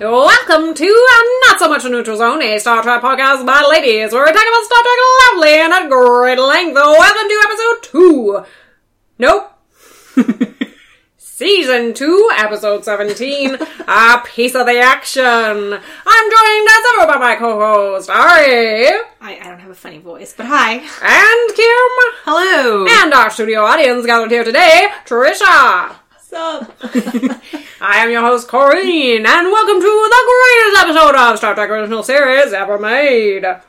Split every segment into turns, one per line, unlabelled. welcome to a Not So Much Neutral Zone, a Star Trek podcast by ladies, where we talk about Star Trek lovely and at great length. Oh, Welcome to episode two. Nope. Season 2, episode 17, a piece of the action. I'm joined as ever by my co-host, Ari,
I, I don't have a funny voice, but hi.
and Kim,
Hello.
and our studio audience gathered here today, Trisha.
What's up?
I am your host, Corrine, and welcome to the greatest episode of Star Trek Original Series ever made.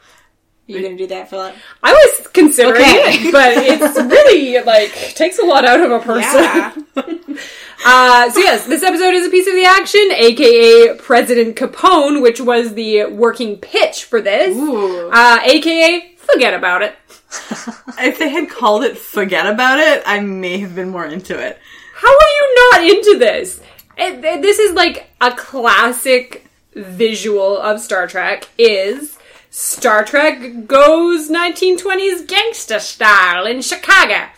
You gonna do that, Philip?
I was considering
Okay.
it, but it's really, like, takes a lot out of a person. Uh, so yes, this episode is a piece of the action, aka President Capone, which was the working pitch for this.
Ooh.
Uh, aka, forget about it.
If they had called it Forget About It, I may have been more into it.
How are you not into this? It- th- this is like a classic visual of Star Trek is Star Trek goes 1920s gangster style in Chicago.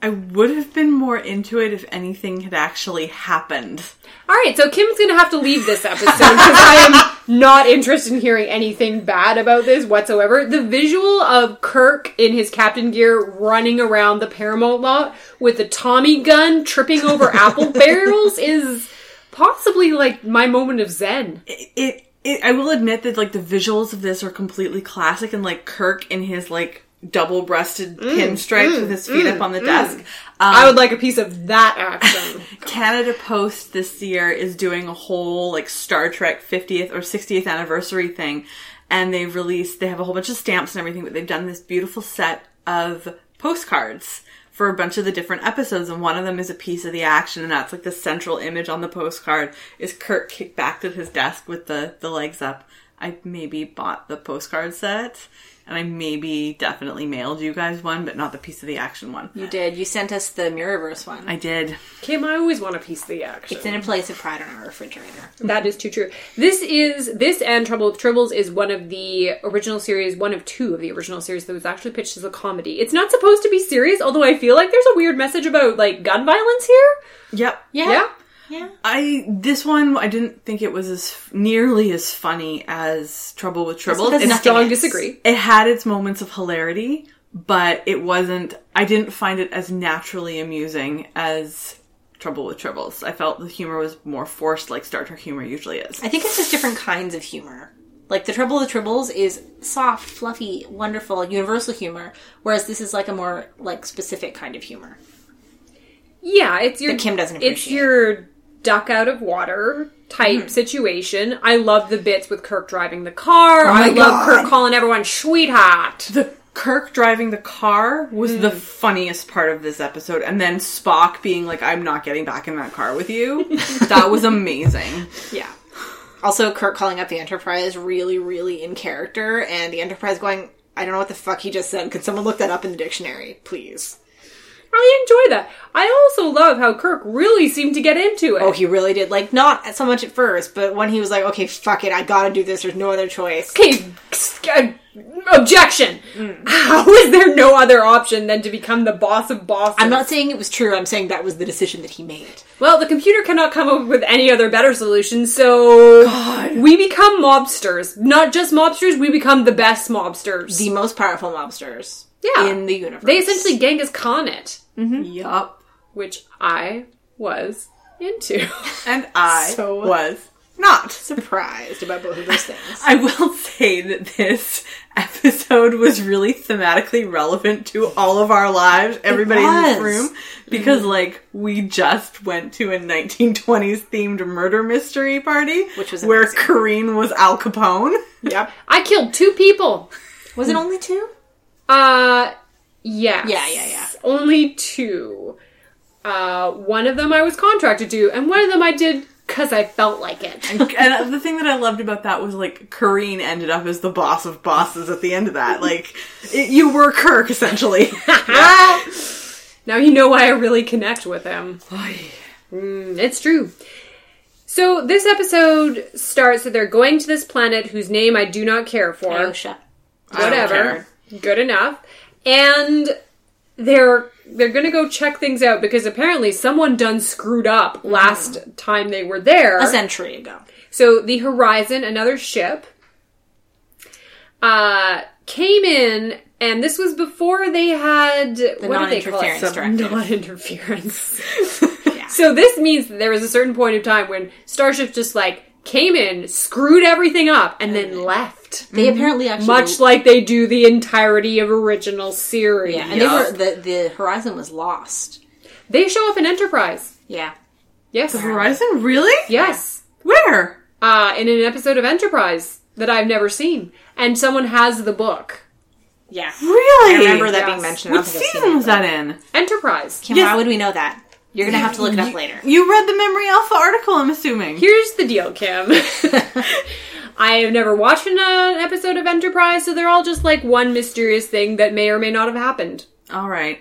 I would have been more into it if anything had actually happened.
All right, so Kim's going to have to leave this episode because I am not interested in hearing anything bad about this whatsoever. The visual of Kirk in his captain gear running around the Paramount lot with a Tommy gun tripping over apple barrels is possibly like my moment of zen.
It, it, it I will admit that like the visuals of this are completely classic and like Kirk in his like double-breasted
Mm,
pinstripes with his feet up on the desk. Um,
I would like a piece of that action.
Canada Post this year is doing a whole like Star Trek 50th or 60th anniversary thing, and they've released they have a whole bunch of stamps and everything, but they've done this beautiful set of postcards for a bunch of the different episodes, and one of them is a piece of the action, and that's like the central image on the postcard is Kirk kicked back to his desk with the the legs up. I maybe bought the postcard set, and I maybe definitely mailed you guys one, but not the piece of the action one.
You did. You sent us the Mirrorverse one.
I did.
Kim, I always want a piece of the action.
It's in a place of pride on our refrigerator.
That is too true. This is this and Trouble with Tribbles is one of the original series, one of two of the original series that was actually pitched as a comedy. It's not supposed to be serious, although I feel like there's a weird message about like gun violence here.
Yep.
Yeah.
Yeah.
I this one I didn't think it was as nearly as funny as Trouble with Tribbles.
because
It,
nothing-
Strong
is.
disagree.
it had its moments of hilarity, but it wasn't. I didn't find it as naturally amusing as Trouble with Tribbles. I felt the humor was more forced, like Star Trek humor usually is.
I think it's just different kinds of humor. Like the Trouble with the Tribbles is soft, fluffy, wonderful, universal humor, whereas this is like a more like specific kind of humor.
Yeah, it's your
That Kim doesn't
It's
appreciate. Mm-hmm.
your duck out of water type situation. I love the bits with Kirk driving the car.
Oh
I love
God.
Kirk calling everyone sweetheart.
The Kirk driving the car was the
Hmm.
funniest part of this episode, and then Spock being like, "I'm not getting back in that car with you." that was amazing.
Yeah. Also, Kirk calling up the Enterprise really, really in character, and the Enterprise going, I don't know what the fuck he just said. Can someone look that up in the dictionary, please?
I enjoy that. I also love how Kirk really seemed to get into it.
Oh, he really did. Like, not so much at first, but when he was like, okay, fuck it, I gotta do this, there's no other choice.
Okay, s- uh, objection. How is there no other option than to become the boss of bosses?
I'm not saying it was true, I'm saying that was the decision that he made.
well, the computer cannot come up with any other better solution, so we become mobsters. Not just mobsters, we become the best mobsters.
The most powerful mobsters
Yeah.
in the universe.
they essentially Genghis Khan it,
Yup.
which I was into.
And I
So-
was not.
surprised about both of those things.
I will say that this episode was really thematically relevant to all of our lives, everybody in this
was.
room, because like we just went to a 1920s themed murder mystery party,
Which was
where
amazing.
Corrine was Al Capone.
yep.
I killed two people.
Was it only two?
Uh, yes.
Yeah, yeah, yeah.
Only two. Uh, one of them I was contracted to, and one of them I did because I felt like it.
and the thing that I loved about that was like Corrine ended up as the boss of bosses at the end of that. Like it, you were Kirk essentially.
Now you know why I really connect with him. Mm, It's true. So this episode starts that they're going to this planet whose name I do not care for.
Yosha.
Whatever. Good enough. And they're they're gonna go check things
Mm.
out because apparently someone done screwed up last time they were there.
A century ago.
So the Horizon, another ship, uh, came in, and this was before they had what do they call it?
non-interference directive.
non-interference. So this means that there was a certain point of time when Starship just like came in, screwed everything up, and then left. Mm-hmm.
They apparently actually
Much like they do the entirety of original series.
yeah, and
Yeah.
they were the the horizon was lost.
They show up in Enterprise.
Yeah,
Yes.
Horizon, really?
Yes.
Where?
Uh, in an episode of Enterprise that I've never seen. And someone has the book.
yeah.
Really?
I remember that being
Yes.
mentioned. I don't
What
think I've seen
season
it,
was
but-
that in?
Enterprise.
Kim,
Yes.
Why would we know that? You're gonna have to look it up later.
You read the Memory Alpha article, I'm assuming.
Here's the deal, Kim. I have never watched an uh, episode of Enterprise, so they're all just like one mysterious thing that may or may not have happened.
All right.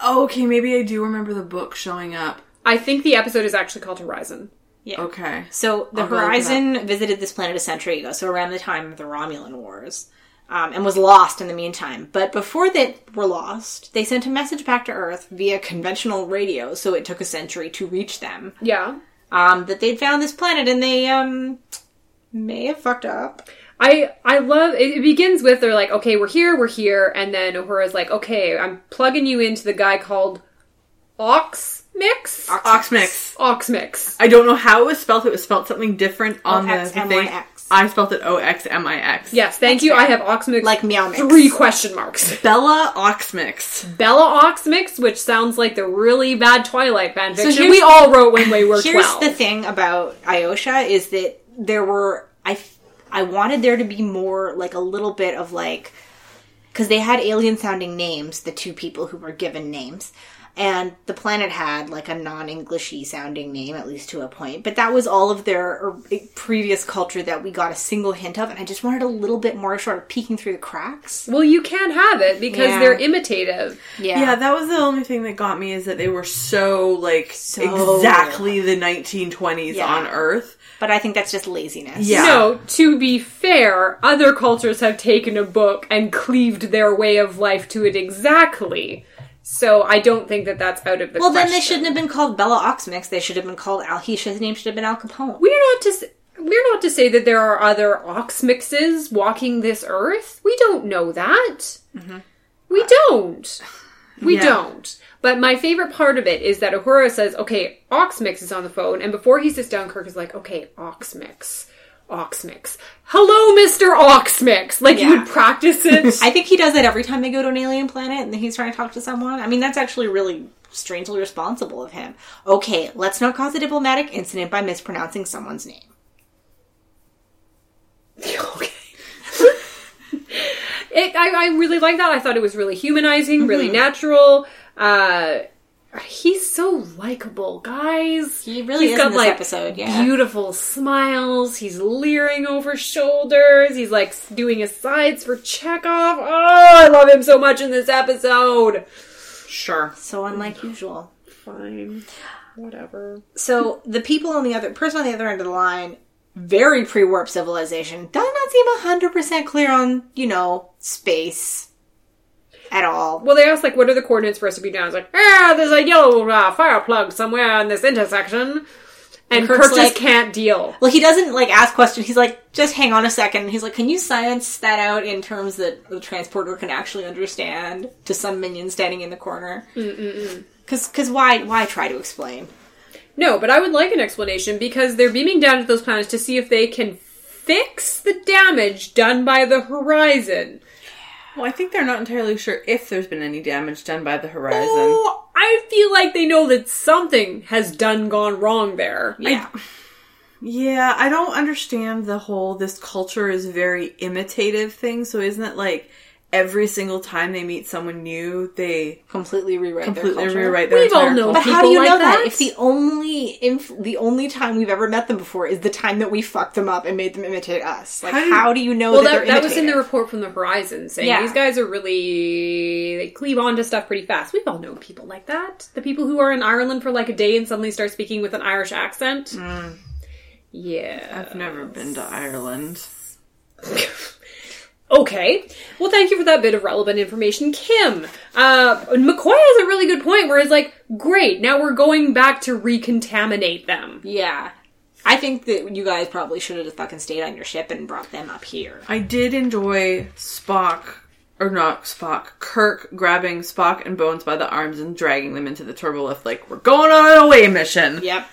Oh, okay, maybe I do remember the book showing up.
I think the episode is actually called Horizon.
Yeah.
Okay.
So the
I'll go look it
Horizon visited this planet a century ago, so around the time of the Romulan Wars, um, and was lost in the meantime. But before they were lost, they sent a message back to Earth via conventional radio, so it took a century to reach them.
Yeah.
Um, that they'd found this planet and they um, may have fucked up.
I I love it, it begins with they're like, okay, we're here, we're here, and then Uhura's like, okay, I'm plugging you into the guy called Ox Mix?
Oxmix.
Ox Mix.
I don't know how it was spelt. It was spelt something different on the
OXMIX.
thing. I spelt it O X M I X.
Yes, thank you. I have Ox Mix
Like Meow Mix.
three question marks.
Bella Oxmix.
Bella Ox Mix, which sounds like the really bad Twilight fanfiction
here's-
we all wrote when we were
Here's
twelve.
the thing about Iosha is that there were I f- I wanted there to be more like a little bit of like because they had alien sounding names the two people who were given names and the planet had like a non-englishy sounding name at least to a point but that was all of their er, previous culture that we got a single hint of and I just wanted a little bit more sort of peeking through the cracks
Well, you can have it because
Yeah.
they're imitative.
yeah
Yeah, that was the only thing that got me is that they were so like
So-
exactly the 1920s
Yeah.
on Earth.
but I think that's just laziness
Yeah.
No, to be fair, other cultures have taken a book and cleaved their way of life to it exactly. So I don't think that that's out of the
well
question.
then they shouldn't have been called Bella Oxmix they should have been called Al His name should have been Al Capone
We're not to. s- We're not to say that there are other ox mixes walking this earth. We don't know that. We don't. We
Yeah.
don't. But my favorite part of it is that Uhura says, "Okay, ox mix is on the phone," and before he sits down, Kirk is like, "Okay, ox mix, ox mix. Hello, Mister Ox Mix." Like you
Yeah.
would practice it.
I think he does that every time they go to an alien planet and he's trying to talk to someone. I mean, that's actually really strangely responsible of him. Okay, let's not cause a diplomatic incident by mispronouncing someone's name.
okay. it, I, I really like that. I thought it was really humanizing, really natural. Uh, he's so likable, guys.
He really
He's
is in this episode, yeah.
beautiful smiles. He's leering over shoulders. He's like doing his sides for Chekhov. Oh, I love him so much in this episode.
Sure.
So unlike usual.
Fine, whatever.
So the people on the other person on the other end of the line, very pre-warp civilization, does not seem hundred percent clear on you know space at all.
Well, they asked like, "What are the coordinates for us to be down?" It's like, "Ah, there's a yellow uh, fire plug somewhere in this intersection," and Kirk
Kirk's
just
like-
can't deal.
Well, he doesn't like ask questions. He's like, just hang on a second. He's like, can you science that out in terms that the transporter can actually understand to some minion standing in the corner? Because because why why try to explain?
No, but I would like an explanation because they're beaming down at those planets to see if they can fix the damage done by the horizon.
Well, I think they're not entirely sure if there's been any damage done by the horizon.
Oh, I feel like they know that something has done gone wrong there.
Yeah,
Yeah, I don't understand the whole this culture is very imitative thing. So isn't it like every single time they meet someone new, they
completely rewrite
completely
their culture.
rewrite their
We've all
entire
known
But
culture?
how do
People
you
like
know that?
that?
if the only inf- the only time we've ever met them before is the time that we fucked them up and made them imitate us? Like,
How
how
do
do,
you-
you know
Well,
that,
that,
they're
that was in the
imitative?
report from the Horizon saying
Yeah.
these guys are really they cleave onto stuff pretty fast. We've all known people like that. The people who are in Ireland for like a day and suddenly start speaking with an Irish accent.
Mm.
Yeah.
I've never been to Ireland.
Okay. Well, thank you for that bit of relevant information, Kim. Uh, McCoy has a really good point where he's like, great, now we're going back to recontaminate them.
yeah. I think that you guys probably should have fucking stayed on your ship and brought them up here.
I did enjoy Spock, or not Spock, Kirk grabbing Spock and Bones by the arms and dragging them into the turbolift like, we're going on an away mission.
Yep.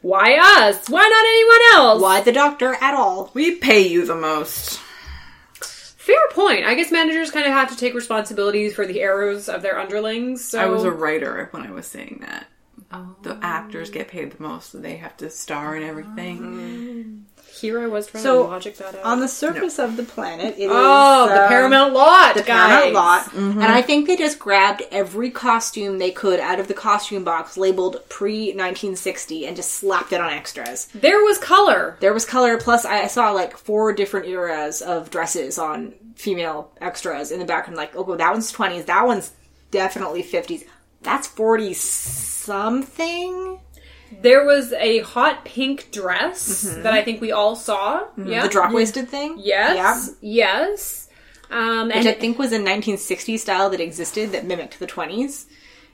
Why us? Why not anyone else?
Why the doctor at all?
We pay you the most.
Fair point. I guess managers kind of have to take responsibility for the errors of their underlings. So Oh.
I was a writer when I was saying that. The actors get paid the most, so they have to star and
Mm-hmm.
everything.
here. I was trying
So,
to logic that out.
On the surface of the planet, it is
oh, the
um,
Paramount lot,
the
guys.
Paramount lot,
Mm-hmm.
and I think they just grabbed every costume they could out of the costume box labeled pre 1960 and just slapped it on extras.
There was color.
There was color. Plus, I saw like four different eras of dresses on female extras in the background. Like, oh, that one's 20s. That one's definitely 50s. That's 40 something.
There was a hot pink dress that I think we all saw. Yeah,
Mm-hmm. The drop waisted thing.
Yes,
Yeah.
yes. Um, and
Which I
it,
think was a 1960s style that existed that mimicked the 20s.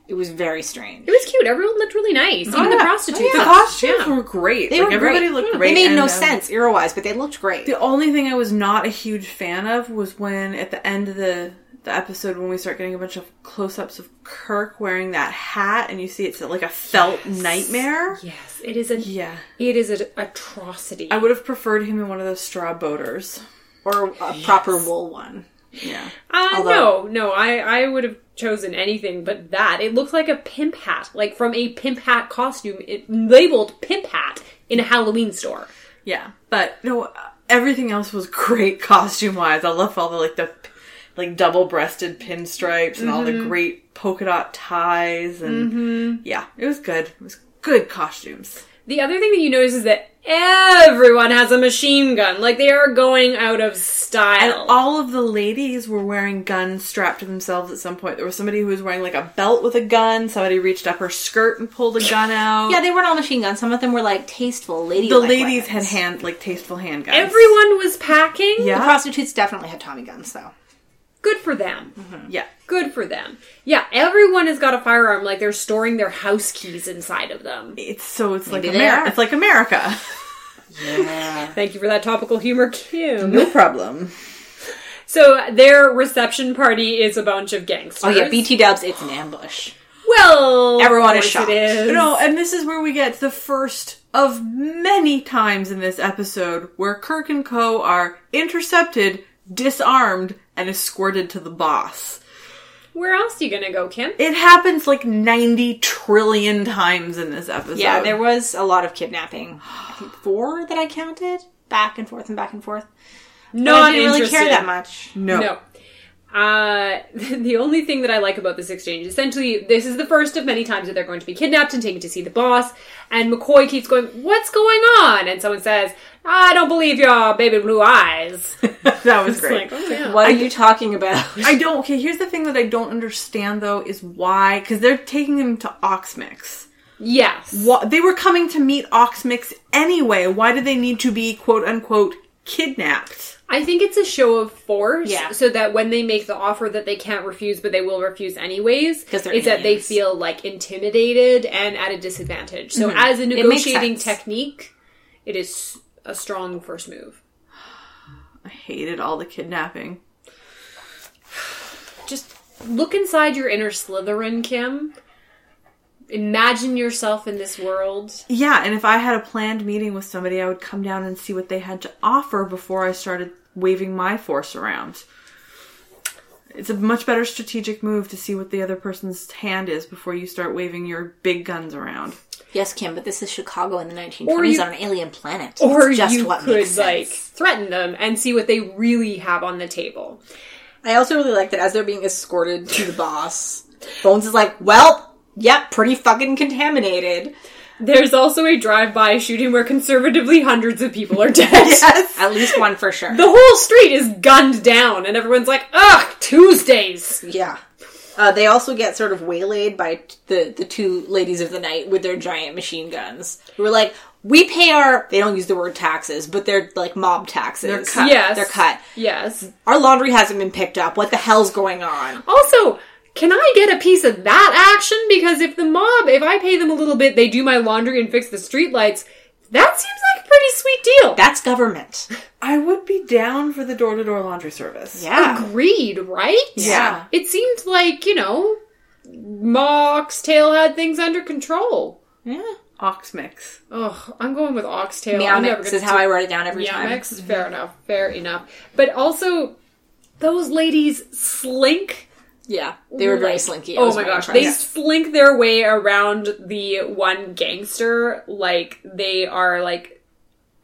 It was very strange.
it was cute. Everyone looked really nice, even the
Oh, Yeah.
prostitutes.
The costumes were great.
They
like
were
everybody
great.
looked
Yeah.
great.
They made
and,
no
um,
sense era wise, but they looked great.
The only thing I was not a huge fan of was when at the end of the the episode when we start getting a bunch of close-ups of Kirk wearing that hat and you see it's like a felt nightmare.
Yes, it is a
Yeah.
it is an atrocity.
I would have preferred him in one of those straw boaters.
or a proper wool one.
Yeah.
Uh,
Although-
no, no, I, I would have chosen anything but that. It looked like a pimp hat, like from a pimp hat costume, it labeled pimp hat in a Halloween store.
Yeah. But no everything else was great costume wise. I love all the like the p- like double-breasted pinstripes and all the
Mm-hmm.
great polka dot ties and yeah, it was good. It was good costumes.
The other thing that you notice is that everyone has a machine gun. Like they are going out of
And
style.
all of the ladies were wearing guns strapped to themselves at some point. There was somebody who was wearing like a belt with a gun. Somebody reached up her skirt and pulled a gun out.
Yeah, they weren't all machine guns. Some of them were like tasteful lady.
the ladies had hand like tasteful handguns.
everyone was packing.
Yeah.
The prostitutes definitely had Tommy guns, though.
Good for them.
yeah,
Good for them. Yeah, everyone has got a firearm like they're storing their house keys inside of them.
it's so it's like
Maybe they
America.
are.
It's like America.
Thank you for that topical humor, Kim.
No problem.
So their reception party is a bunch of gangsters.
Oh yeah, BT Dubs. It's an ambush.
Well,
Everyone
of
is
course
shocked.
It is.
No, and this is where we get the first of many times in this episode where Kirk and Co are intercepted, disarmed, and escorted to the boss.
Where else are you gonna go, Kim?
It happens like 90 trillion times in this episode.
Yeah, there was a lot of kidnapping. I think four that I counted, back and forth and back and forth. But
Not
I didn't really care
interested.
that much.
no.
No. Uh, the only thing that I like about this exchange, essentially, this is the first of many times that they're going to be kidnapped and taken to see the boss. And McCoy keeps going, "What's going on?" And someone says, "I don't believe your baby blue eyes."
that was
Like,
great.
oh, yeah.
What are you talking about?
I don't. Okay, here's the thing that I don't understand though is why because they're taking them to Oxmix.
Yes.
Wha- They were coming to meet Oxmix anyway. Why do they need to be quote unquote kidnapped?
I think it's a show of force,
Yeah.
so that when they make the offer that they can't refuse, but they will refuse anyways,
'Cause they're
is that they
aliens.
feel like intimidated and at a disadvantage. So as a
Mm-hmm. makes
negotiating
sense.
technique, it is a strong first move.
I hated all the kidnapping.
Just look inside your inner Slytherin, Kim. Imagine yourself in this world.
Yeah, and if I had a planned meeting with somebody, I would come down and see what they had to offer before I started waving my force around. It's a much better strategic move to see what the other person's hand is before you start waving your big guns around.
yes, Kim, but this is Chicago in the 1920s
Or you-
on an alien planet.
Or
It's just
you
what
could
makes
like
sense.
threaten them and see what they really have on the table.
I also really like that as they're being escorted to the boss, Bones is like, well, yep, pretty fucking contaminated.
There's also a drive-by shooting where conservatively hundreds of people are dead.
At least one for sure.
The whole street is gunned down, and everyone's like, ugh, Tuesdays.
yeah. Uh, they also get sort of waylaid by t- the, the two ladies of the night with their giant machine guns. Who are like, we pay our, they don't use the word taxes, but they're like mob taxes. They're
cut.
Yes.
They're cut.
Yes.
Our laundry hasn't been picked up. What the hell's going on?
Also, can I get a piece of that action? Because if the mob, if I pay them a little bit, they do my laundry and fix the streetlights. That seems like a pretty sweet deal.
That's government.
I would be down for the door to door laundry service.
Yeah.
Agreed, right?
Yeah.
It seemed like, you know, Moxtail had things under control.
Yeah.
Ox mix.
Ugh, I'm going with Oxtail.
Meow
I'm never
mix
gonna
is how
do
I wrote it down every
Meow
time.
mix. Fair enough. Fair enough. But also, those ladies slink.
Yeah. They were very
like-
slinky. It
Oh
was
my
very
gosh, they
impressive.
slink their way around the one gangster like they are like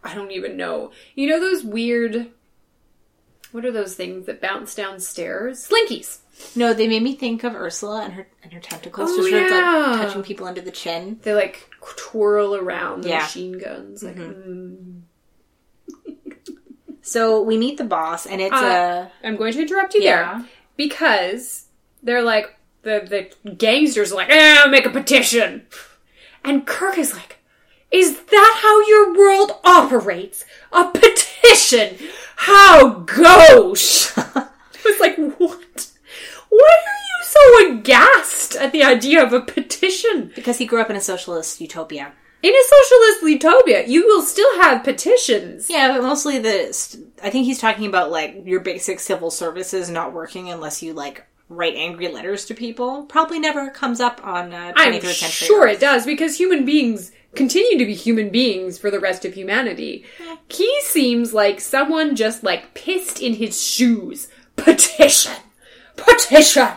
I don't even know. You know those weird what are those things that bounce downstairs? Slinkies.
No, they made me think of Ursula and her and her tentacles
Oh,
just sort of
yeah.
like touching people under the chin.
They like twirl around the
Yeah. Mm-hmm.
machine guns. Like, mm.
So we meet the boss, and it's
Uh,
a
I'm going to interrupt you
Yeah.
there because they're like the the gangsters are like, eh, make a petition, and Kirk is like, is that how your world operates? A petition? How gauche! I was like, what? Why are you so aghast at the idea of a petition?
because he grew up in a socialist utopia.
In a socialist utopia, you will still have petitions.
Yeah, but mostly the. St- I think he's talking about like your basic civil services not working unless you like write angry letters to people. Probably never comes up on uh, 23rd
I'm
century.
sure
Earth.
it does because human beings continue to be human beings for the rest of humanity. He seems like someone just like pissed in his shoes. Petition! Petition!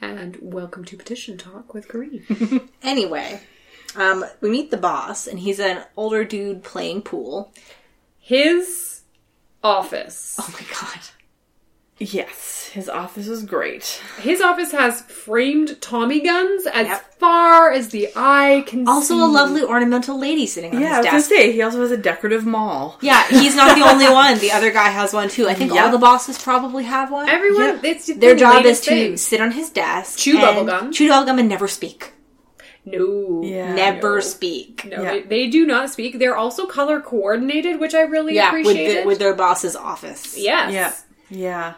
And welcome to Petition Talk with Kareem.
Anyway, um, we meet the boss, and he's an older dude playing pool.
His office.
Oh my god.
Yes, his office is great.
His office has framed Tommy guns as
Yep.
far as the eye can
Also,
see.
a lovely ornamental lady sitting on
Yeah,
his
I was gonna
desk.
say he also has a decorative mall.
Yeah, he's not the only one. The other guy has one too. I think all
Yep.
the bosses probably have one.
Everyone, it's
Their
the
job is
latest
to
thing.
sit on his desk,
Chew bubble
and-
gum.
chew bubblegum, and never speak.
No.
Yeah.
Never
no.
speak.
No,
Yeah.
they, they do not speak. They're also color coordinated, which I really
Yeah, with,
appreciate.
the, with their boss's office.
yes,
Yeah. Yeah.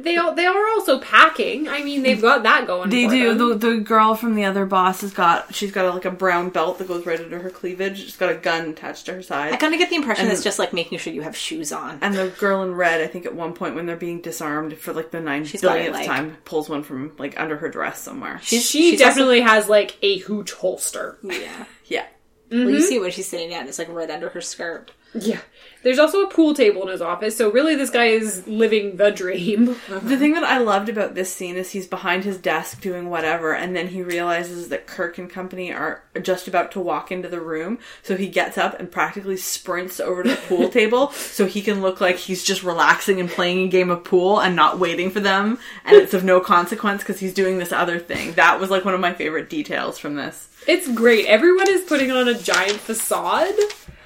they all, they are also packing. I mean, they've got that going.
They
for
do.
them.
The, the girl from the other boss has got she's got like a brown belt that goes right under her cleavage. She's got a gun attached to her
I
side.
kind of get the impression it's just like making sure you have shoes on.
And the girl in red, I think at one point when they're being disarmed for like the nine billionth
got it, like-
time, pulls one from like under her dress somewhere.
she
she's
definitely has like a hooch holster.
Yeah.
Yeah.
Well, you see when she's sitting down, it's like right under her skirt.
Yeah, there's also a pool table in his office. So really, this guy is living the dream.
The thing that I loved about this scene is he's behind his desk doing whatever, and then he realizes that Kirk and company are just about to walk into the room. So he gets up and practically sprints over to the pool table so he can look like he's just relaxing and playing a game of pool and not waiting for them. And it's of no consequence because he's doing this other thing. That was like one of my favorite details from this.
it's great. Everyone is putting on a giant facade.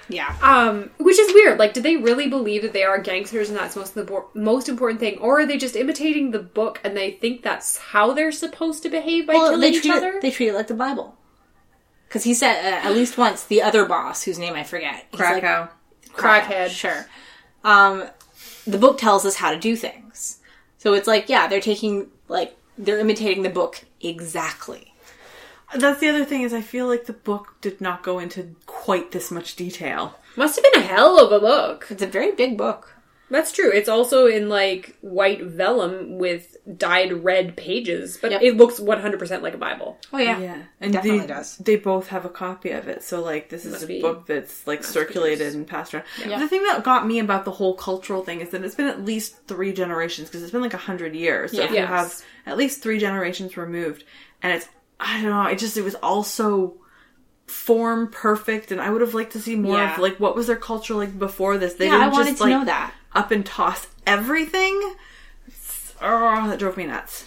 Yeah.
Um, which is weird. Like, do they really believe that they are gangsters and that's most the bo- most important thing, or are they just imitating the book and they think that's how they're supposed to behave by
Well,
killing
they
each
treat,
other?
it, they treat it like the Bible. Because he said uh, at least once the other boss, whose name I forget, he's like,
Krakow.
Crackhead.
Sure. Um, the book tells us how to do things. So it's like, yeah, they're taking, like, they're imitating the book exactly.
That's the other thing is I feel like the book did not go into quite this much detail.
Must have been a hell of a book.
It's a very big book.
That's true. It's also in like white vellum with dyed red pages, but
Yep.
it looks 100% like a Bible.
Oh, yeah.
Yeah, and
Definitely
they,
does.
They both have a copy of it, so like this is
Must
a
be.
book that's like circulated and passed around. The thing that got me about the whole cultural thing is that it's been at least three generations because it's been like a hundred years. So if
Yeah.
you have
Yes.
at least three generations removed, and it's I don't know, it just it was all so form perfect, and I would have liked to see more
Yeah.
of like what was their culture like before this. They
Yeah, I
didn't
wanted
just,
to
like,
know that.
up and toss everything. It's- Oh, that drove me nuts.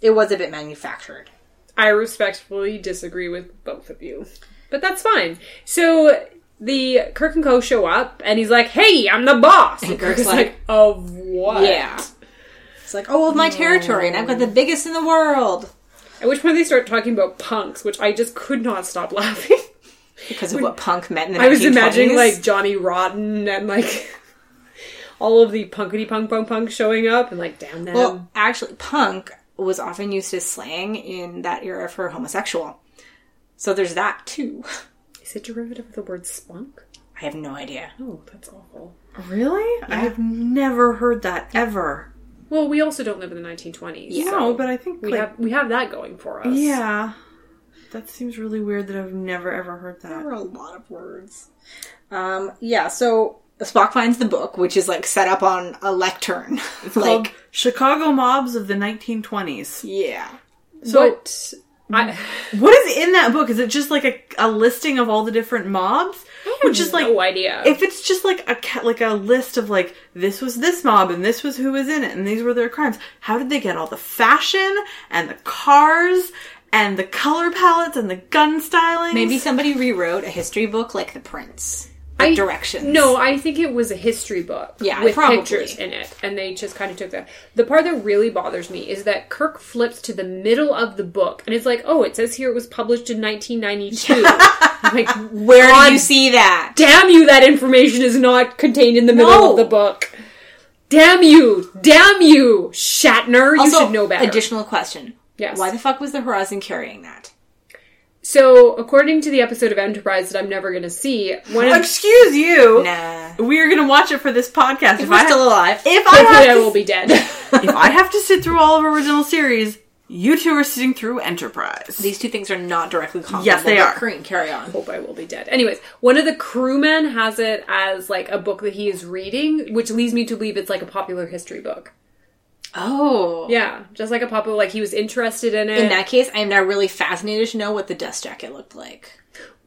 It was a bit manufactured.
I respectfully disagree with both of you. But that's fine. So the Kirk and Co. show up and he's like, Hey, I'm the boss. And
Kirk's
Kirk's
like,
like, Of what?
Yeah. It's like, oh, well, my territory, and I've got the biggest in the world.
At which point they start talking about punks, which I just could not stop laughing.
Because of what punk meant in the
I was imagining
1920s.
like Johnny Rotten and like all of the punkity punk punk punk showing up and like damn them.
Well, actually, punk was often used as slang in that era for homosexual. So there's that too.
Is it derivative of the word spunk?
I have no idea.
Oh, that's awful.
Really? I've never heard that ever.
Well, we also don't live in the 1920s.
Yeah.
so
No, but I think
we
like,
have we have that going for us.
yeah. That seems really weird that I've never ever heard that.
There are a lot of words. Um, yeah, so Spock finds the book, which is like set up on a lectern.
Called
like,
Chicago mobs of the 1920s.
yeah.
So what, I
What is in that book? Is it just like a, a listing of all the different mobs? Which is like
no idea.
if it's just like a ca- like a list of like this was this mob and this was who was in it and these were their crimes. How did they get all the fashion and the cars and the color palettes and the gun styling?
Maybe somebody rewrote a history book like The Prince. Like
I-
directions.
No, I think it was a history book.
Yeah,
with
probably.
pictures in it, and they just kind of took that. The part that really bothers me is that Kirk flips to the middle of the book, and it's like, oh, it says here it was published in 1992. I'm like,
Where
God
do you see that?
damn you, that information is not contained in the middle
No.
of the book. Damn you, damn you, Shatner, you should know better.
Additional question.
Yes.
Why the fuck was the Horizon carrying that?
so, according to the episode of Enterprise that I'm never going to see, one of
Excuse you.
Nah.
We are gonna watch it for this podcast.
If we're
I
still alive.
if I
hopefully
have
I
to-
will be dead.
if I have to sit through all of original series, you two are sitting through Enterprise.
These two things are not directly comparable.
Yes, they
but
are.
Kareem, carry on.
hope I will be dead. Anyways, one of the crewmen has it as like a book that he is reading, which leads me to believe it's like a popular history book.
Oh.
Yeah, just like a popular, like he was interested in it.
In that case, I am now really fascinated to know what the dust jacket looked like.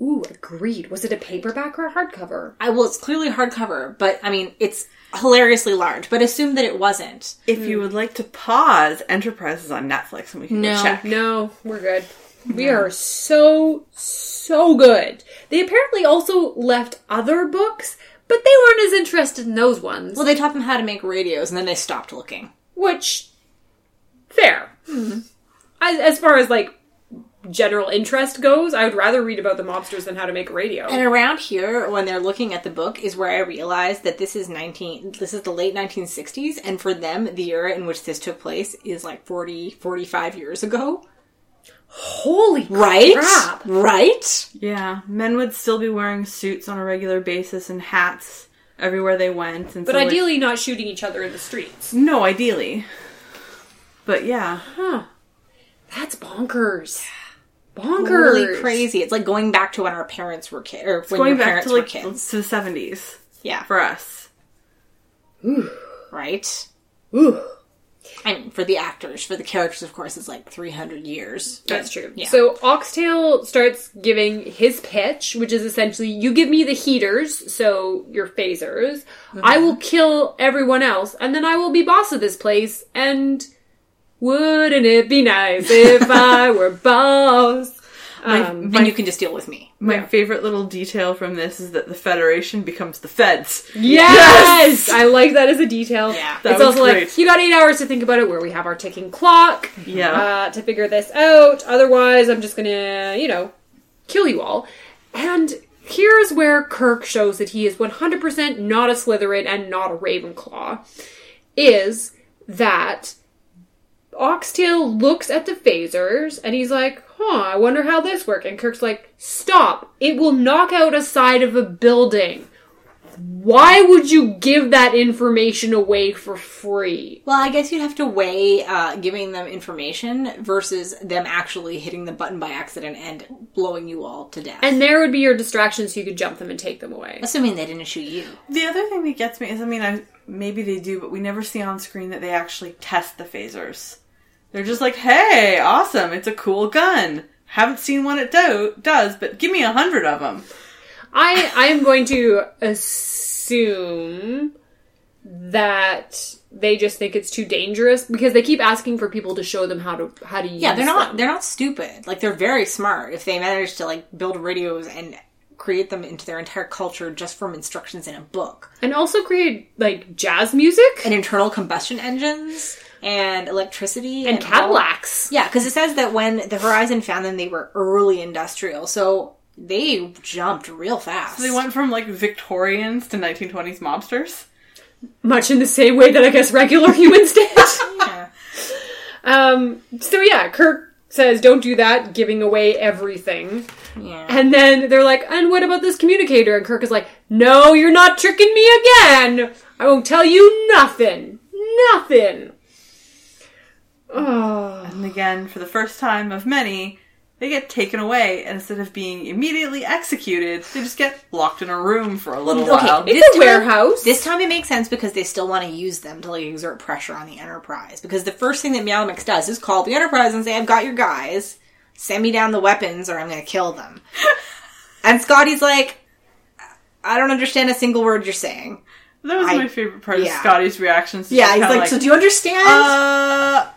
Ooh, agreed. Was it a paperback or a hardcover?
I well, it's clearly hardcover, but I mean, it's hilariously large. But assume that it wasn't.
if you would like to pause, Enterprise is on Netflix and we can
Hmm. No,
go check.
No, we're good. We are so, so good. They apparently also left other books, but they weren't as interested in those ones.
Well, they taught them how to make radios, and then they stopped looking.
which fair
Hmm.
as, as far as like general interest goes i would rather read about the mobsters than how to make radio
And around here, when they're looking at the book, is where I realized that this is nineteen. This is the late nineteen sixties, and for them, the era in which this took place is like 40, 45 years ago.
holy
Right?
crap
Right?
Yeah, men would still be wearing suits on a regular basis and hats everywhere they went. And
but
so, like-
ideally not shooting each other in the streets
no, ideally. But yeah,
that's bonkers bonkers
Really crazy. It's like going back to when our parents were kids, or when
going
your
back
parents
to like
were kids.
to the seventies
Yeah.
for us.
Right?
Ooh,
I mean, for the actors, for the characters, of course, it's like 300 years.
that's true
Yeah.
so oxtail starts giving his pitch which is essentially you give me the heaters so your phasers i will kill everyone else and then i will be boss of this place and Wouldn't it be nice if I were boss? Um,
and you can just deal with me.
My favorite little detail from this is that the Federation becomes the Feds.
yes! I like that as a detail.
Yeah.
That
it's
was
also like
great.
you got eight hours to think about it, where we have our ticking clock
Yeah.
uh, to figure this out. Otherwise, I'm just gonna, you know, kill you all. And here's where Kirk shows that he is 100% not a Slytherin and not a Ravenclaw. Is that Oxtail looks at the phasers and he's like, huh, I wonder how this works. And Kirk's like, stop. It will knock out a side of a building. Why would you give that information away for free?
Well, I guess you'd have to weigh uh, giving them information versus them actually hitting the button by accident and blowing you all to death.
And there would be your distractions so you could jump them and take them away.
Assuming they didn't shoot you.
The other thing that gets me is, I mean, I maybe they do, but we never see on screen that they actually test the phasers. They're just like, "Hey, awesome! It's a cool gun. Haven't seen one it do- does, but give me a hundred of them."
I I am going to assume that they just think it's too dangerous because they keep asking for people to show them how to how to use
Yeah, they're not.
them.
They're not stupid. Like they're very smart. If they manage to like build radios and create them into their entire culture just from instructions in a book,
and also create like jazz music
and
and,
internal combustion engines and electricity and, all-
Cadillacs.
Yeah, because it says that when the Horizon found them, they were early industrial, so they jumped real fast.
They went from like Victorians to 1920s mobsters.
Much in the same way that I guess regular humans did. um so yeah, Kirk says, "Don't do that, giving away everything."
Yeah.
And then they're like, "And what about this communicator?" And Kirk is like, "No, you're not tricking me again. I won't tell you nothing, nothing." Oh,
And again, for the first time of many, they get taken away, and instead of being immediately executed, they just get locked in a room for a little
Okay,
while.
it-
it's a
time-
warehouse.
This time it makes sense because they still want to use them to like exert pressure on the Enterprise. Because the first thing that Meowmix does is call the Enterprise and say, "I've got your guys. Send me down the weapons, or I'm going to kill them." and Scotty's like, "I don't understand a single word you're saying."
that was
I-
my favorite part
yeah.
of Scotty's reactions.
Yeah, he's like, "So do you understand?"
uh,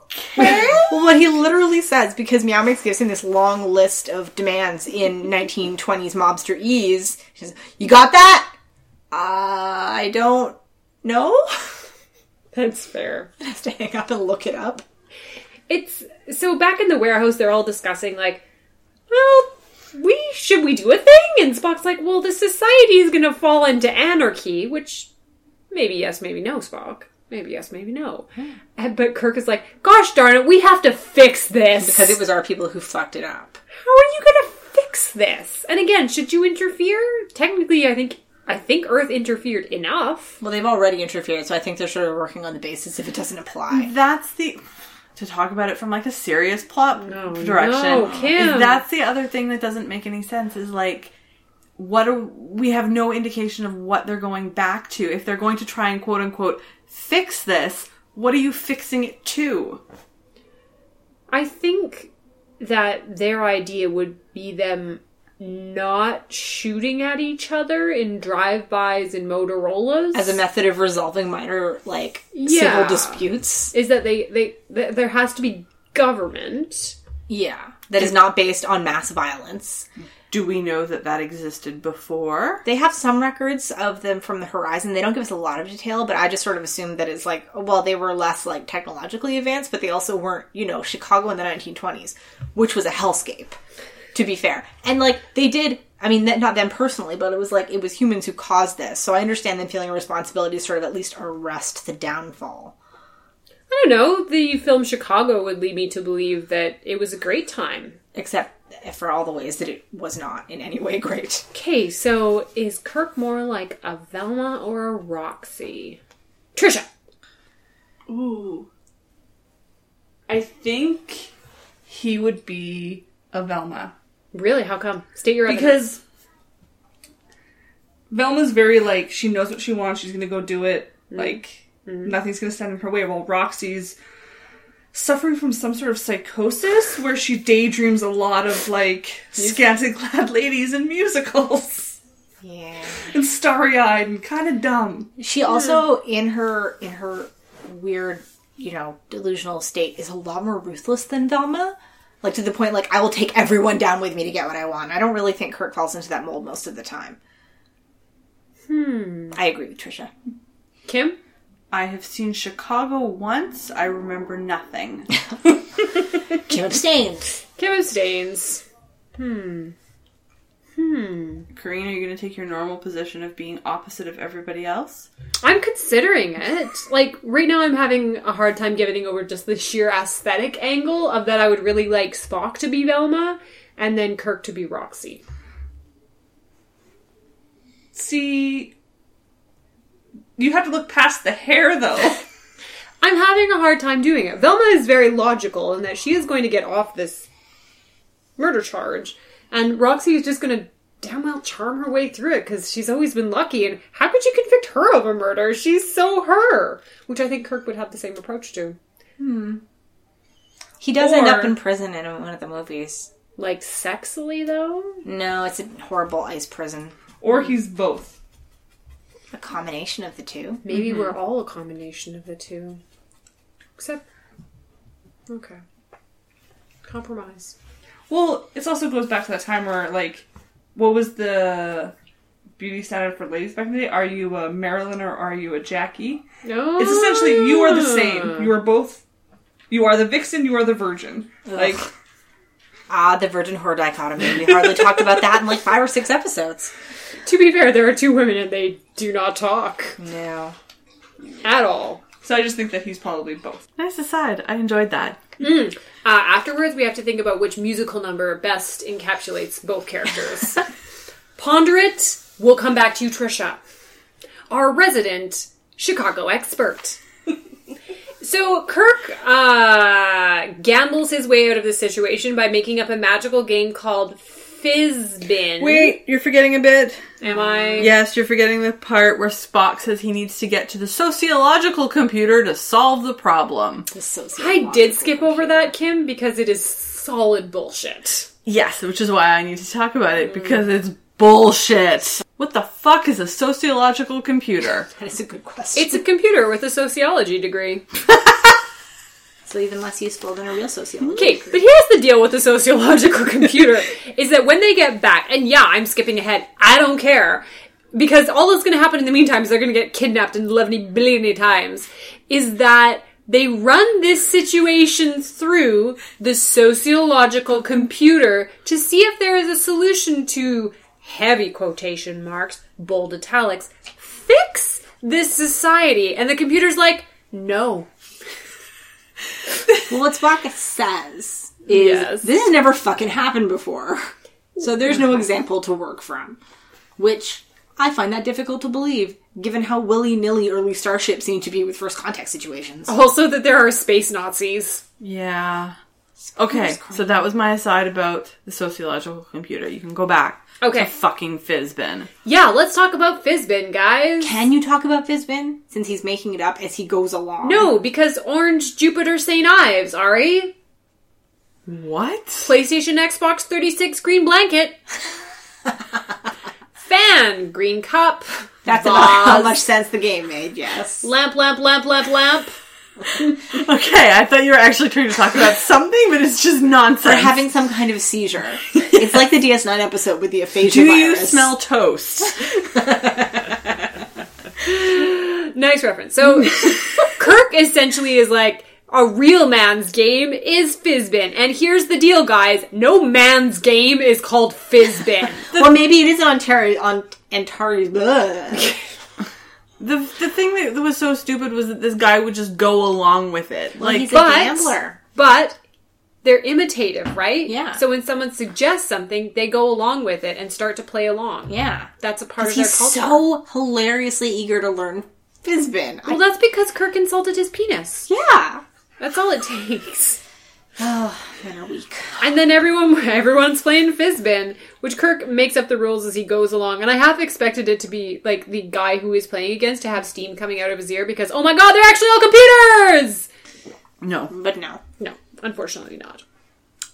okay. well, what he literally says, because Meow Mix gives him this long list of demands in 1920s mobster ease. She says, You got that? Uh, I don't know.
That's fair.
I have to hang up and look it up.
It's so back in the warehouse, they're all discussing like, well, we should we do a thing? And Spock's like, well, the society is going to fall into anarchy, which maybe yes, maybe no, Spock. Maybe yes, maybe no.
Hmm.
And- But Kirk is like, gosh darn it, we have to fix this
Because it was our people who fucked it up.
how are you going to fix this? And again, should you interfere? Technically, I think I think Earth interfered enough.
Well, they've already interfered, so I think they're sort of working on the basis if it doesn't apply.
that's the to talk about it from like a serious plot direction.
no, Kim.
is That's the other thing that doesn't make any sense. Is like. What are, we have no indication of what they're going back to. If they're going to try and quote unquote fix this, what are you fixing it to?
I think that their idea would be them not shooting at each other in drive-bys and Motorola's
As a method of resolving minor, like,
Yeah.
civil disputes.
is that they they th- there has to be government.
Yeah. That is not based on mass violence.
Do we know that that existed before?
They have some records of them from the horizon. They don't give us a lot of detail, but I just sort of assumed that it's like, well, they were less like technologically advanced, but they also weren't, you know, Chicago in the 1920s, which was a hellscape, to be fair. And like, they did, I mean, that, not them personally, but it was like, it was humans who caused this. So I understand them feeling a responsibility to sort of at least arrest the downfall.
I don't know. The film Chicago would lead me to believe that it was a great time.
Except for all the ways that it was not in any way great.
Okay, so is Kirk more like a Velma or a Roxy? Trisha.
Ooh. I think he would be a Velma.
Really? How come? State your evidence.
because Velma's very like she knows what she wants. She's gonna go do it. Like nothing's gonna stand in her way. While Roxy's suffering from some sort of psychosis where she daydreams a lot of like scanty clad ladies in musicals
Yeah.
and starry eyed and kind of dumb.
She also in her in her weird, you know, delusional state is a lot more ruthless than Velma. Like to the point like I will take everyone down with me to get what I want. I don't really think Kirk falls into that mold most of the time. Hmm. I agree with Trisha.
Kim?
I have seen Chicago once. I remember nothing.
Kim abstains.
Kim abstains.
Karina, are you going to take your normal position of being opposite of everybody else?
I'm considering it. Like, right now I'm having a hard time getting over just the sheer aesthetic angle of that I would really like Spock to be Velma and then Kirk to be Roxy.
See, you have to look past the hair though.
I'm having a hard time doing it. Velma is very logical in that she is going to get off this murder charge, and Roxy is just going to damn well charm her way through it because she's always been lucky. And how could you convict her of a murder? She's so her, which I think Kirk would have the same approach to,
He does end up
Or-
in prison in one of the movies.
like sexily though.
No, it's a horrible ice prison.
or he's both.
A combination of the two.
Maybe we're all a combination of the two, except okay, compromise.
Well, it also goes back to that time where, like, what was the beauty standard for ladies back in the day? Are you a Marilyn or are you a Jackie?
No,
It's essentially you are the
Ah.
same. You are both. You are the vixen. You are the virgin. Like,
Ah, the virgin whore dichotomy. We hardly talked about that in like five or six episodes. Mm.
To be fair, there are two women and they do not talk
No.
at all.
So I just think that he's probably both.
Nice aside. I enjoyed that.
Uh, afterwards, we have to think about which musical number best encapsulates both characters. Ponder it. We'll come back to you, Trisha, our resident Chicago expert. so Kirk uh, gambles his way out of this situation by making up a magical game called Fizzbin.
Wait, you're forgetting a bit.
am I?
Yes, you're forgetting the part where Spock says he needs to get to the sociological computer to solve the problem.
I did skip over that, Kim, because it is solid bullshit.
Yes, which is why I need to talk about it because it's bullshit. What the fuck is a sociological computer?
That is a good question.
It's a computer with a sociology degree.
so even less useful than a real sociologist.
Okay, but here's the deal with the sociological computer is that when they get back, and yeah, I'm skipping ahead, I don't care. Because all that's gonna happen in the meantime is they're gonna get kidnapped and lovely billion times, is that they run this situation through the sociological computer to see if there is a solution to heavy quotation marks, bold italics, fix this society. And the computer's like, no.
Well, what Spock says is
Yes.
this has never fucking happened before. So there's no example to work from. Which I find that difficult to believe, given how willy nilly early starships seem to be with first contact situations.
Also that there are space Nazis.
Yeah. Okay, so that was my aside about the sociological computer. You can go back.
Okay.
To fucking Fizbin.
Yeah, let's talk about Fizbin, guys.
Can you talk about Fizbin? Since he's making it up as he goes along.
no, Oh, because Orange Jupiter St. Ives, Ari.
What?
PlayStation Xbox 36 green blanket. Fan, green cup.
That's about how much sense the game made, yes.
Lamp, lamp, lamp, lamp, lamp.
Okay, I thought you were actually trying to talk about something, but it's just nonsense.
Or having some kind of seizure. It's like the DS9 episode with the aphasia
Do you
virus.
smell toast?
Nice reference. So Kirk essentially is like, a real man's game is Fizbin. And here's the deal, guys. No man's game is called Fizbin.
or maybe it is on Terry on Antari. bleh.
The the thing that was so stupid was that this guy would just go along with it. Like
He's a
but-
gambler.
but they're imitative, right?
Yeah.
So when someone suggests something, they go along with it and start to play along.
Yeah.
That's a part of their
He's
culture.
so hilariously eager to learn Fizbin.
well, that's because Kirk insulted his penis.
yeah.
That's all it takes.
Oh, men are weak.
And then everyone, everyone's playing Fizbin, which Kirk makes up the rules as he goes along. And I half expected it to be like the guy who he's playing against to have steam coming out of his ear because oh my god, they're actually all computers.
no.
But no.
No, unfortunately not.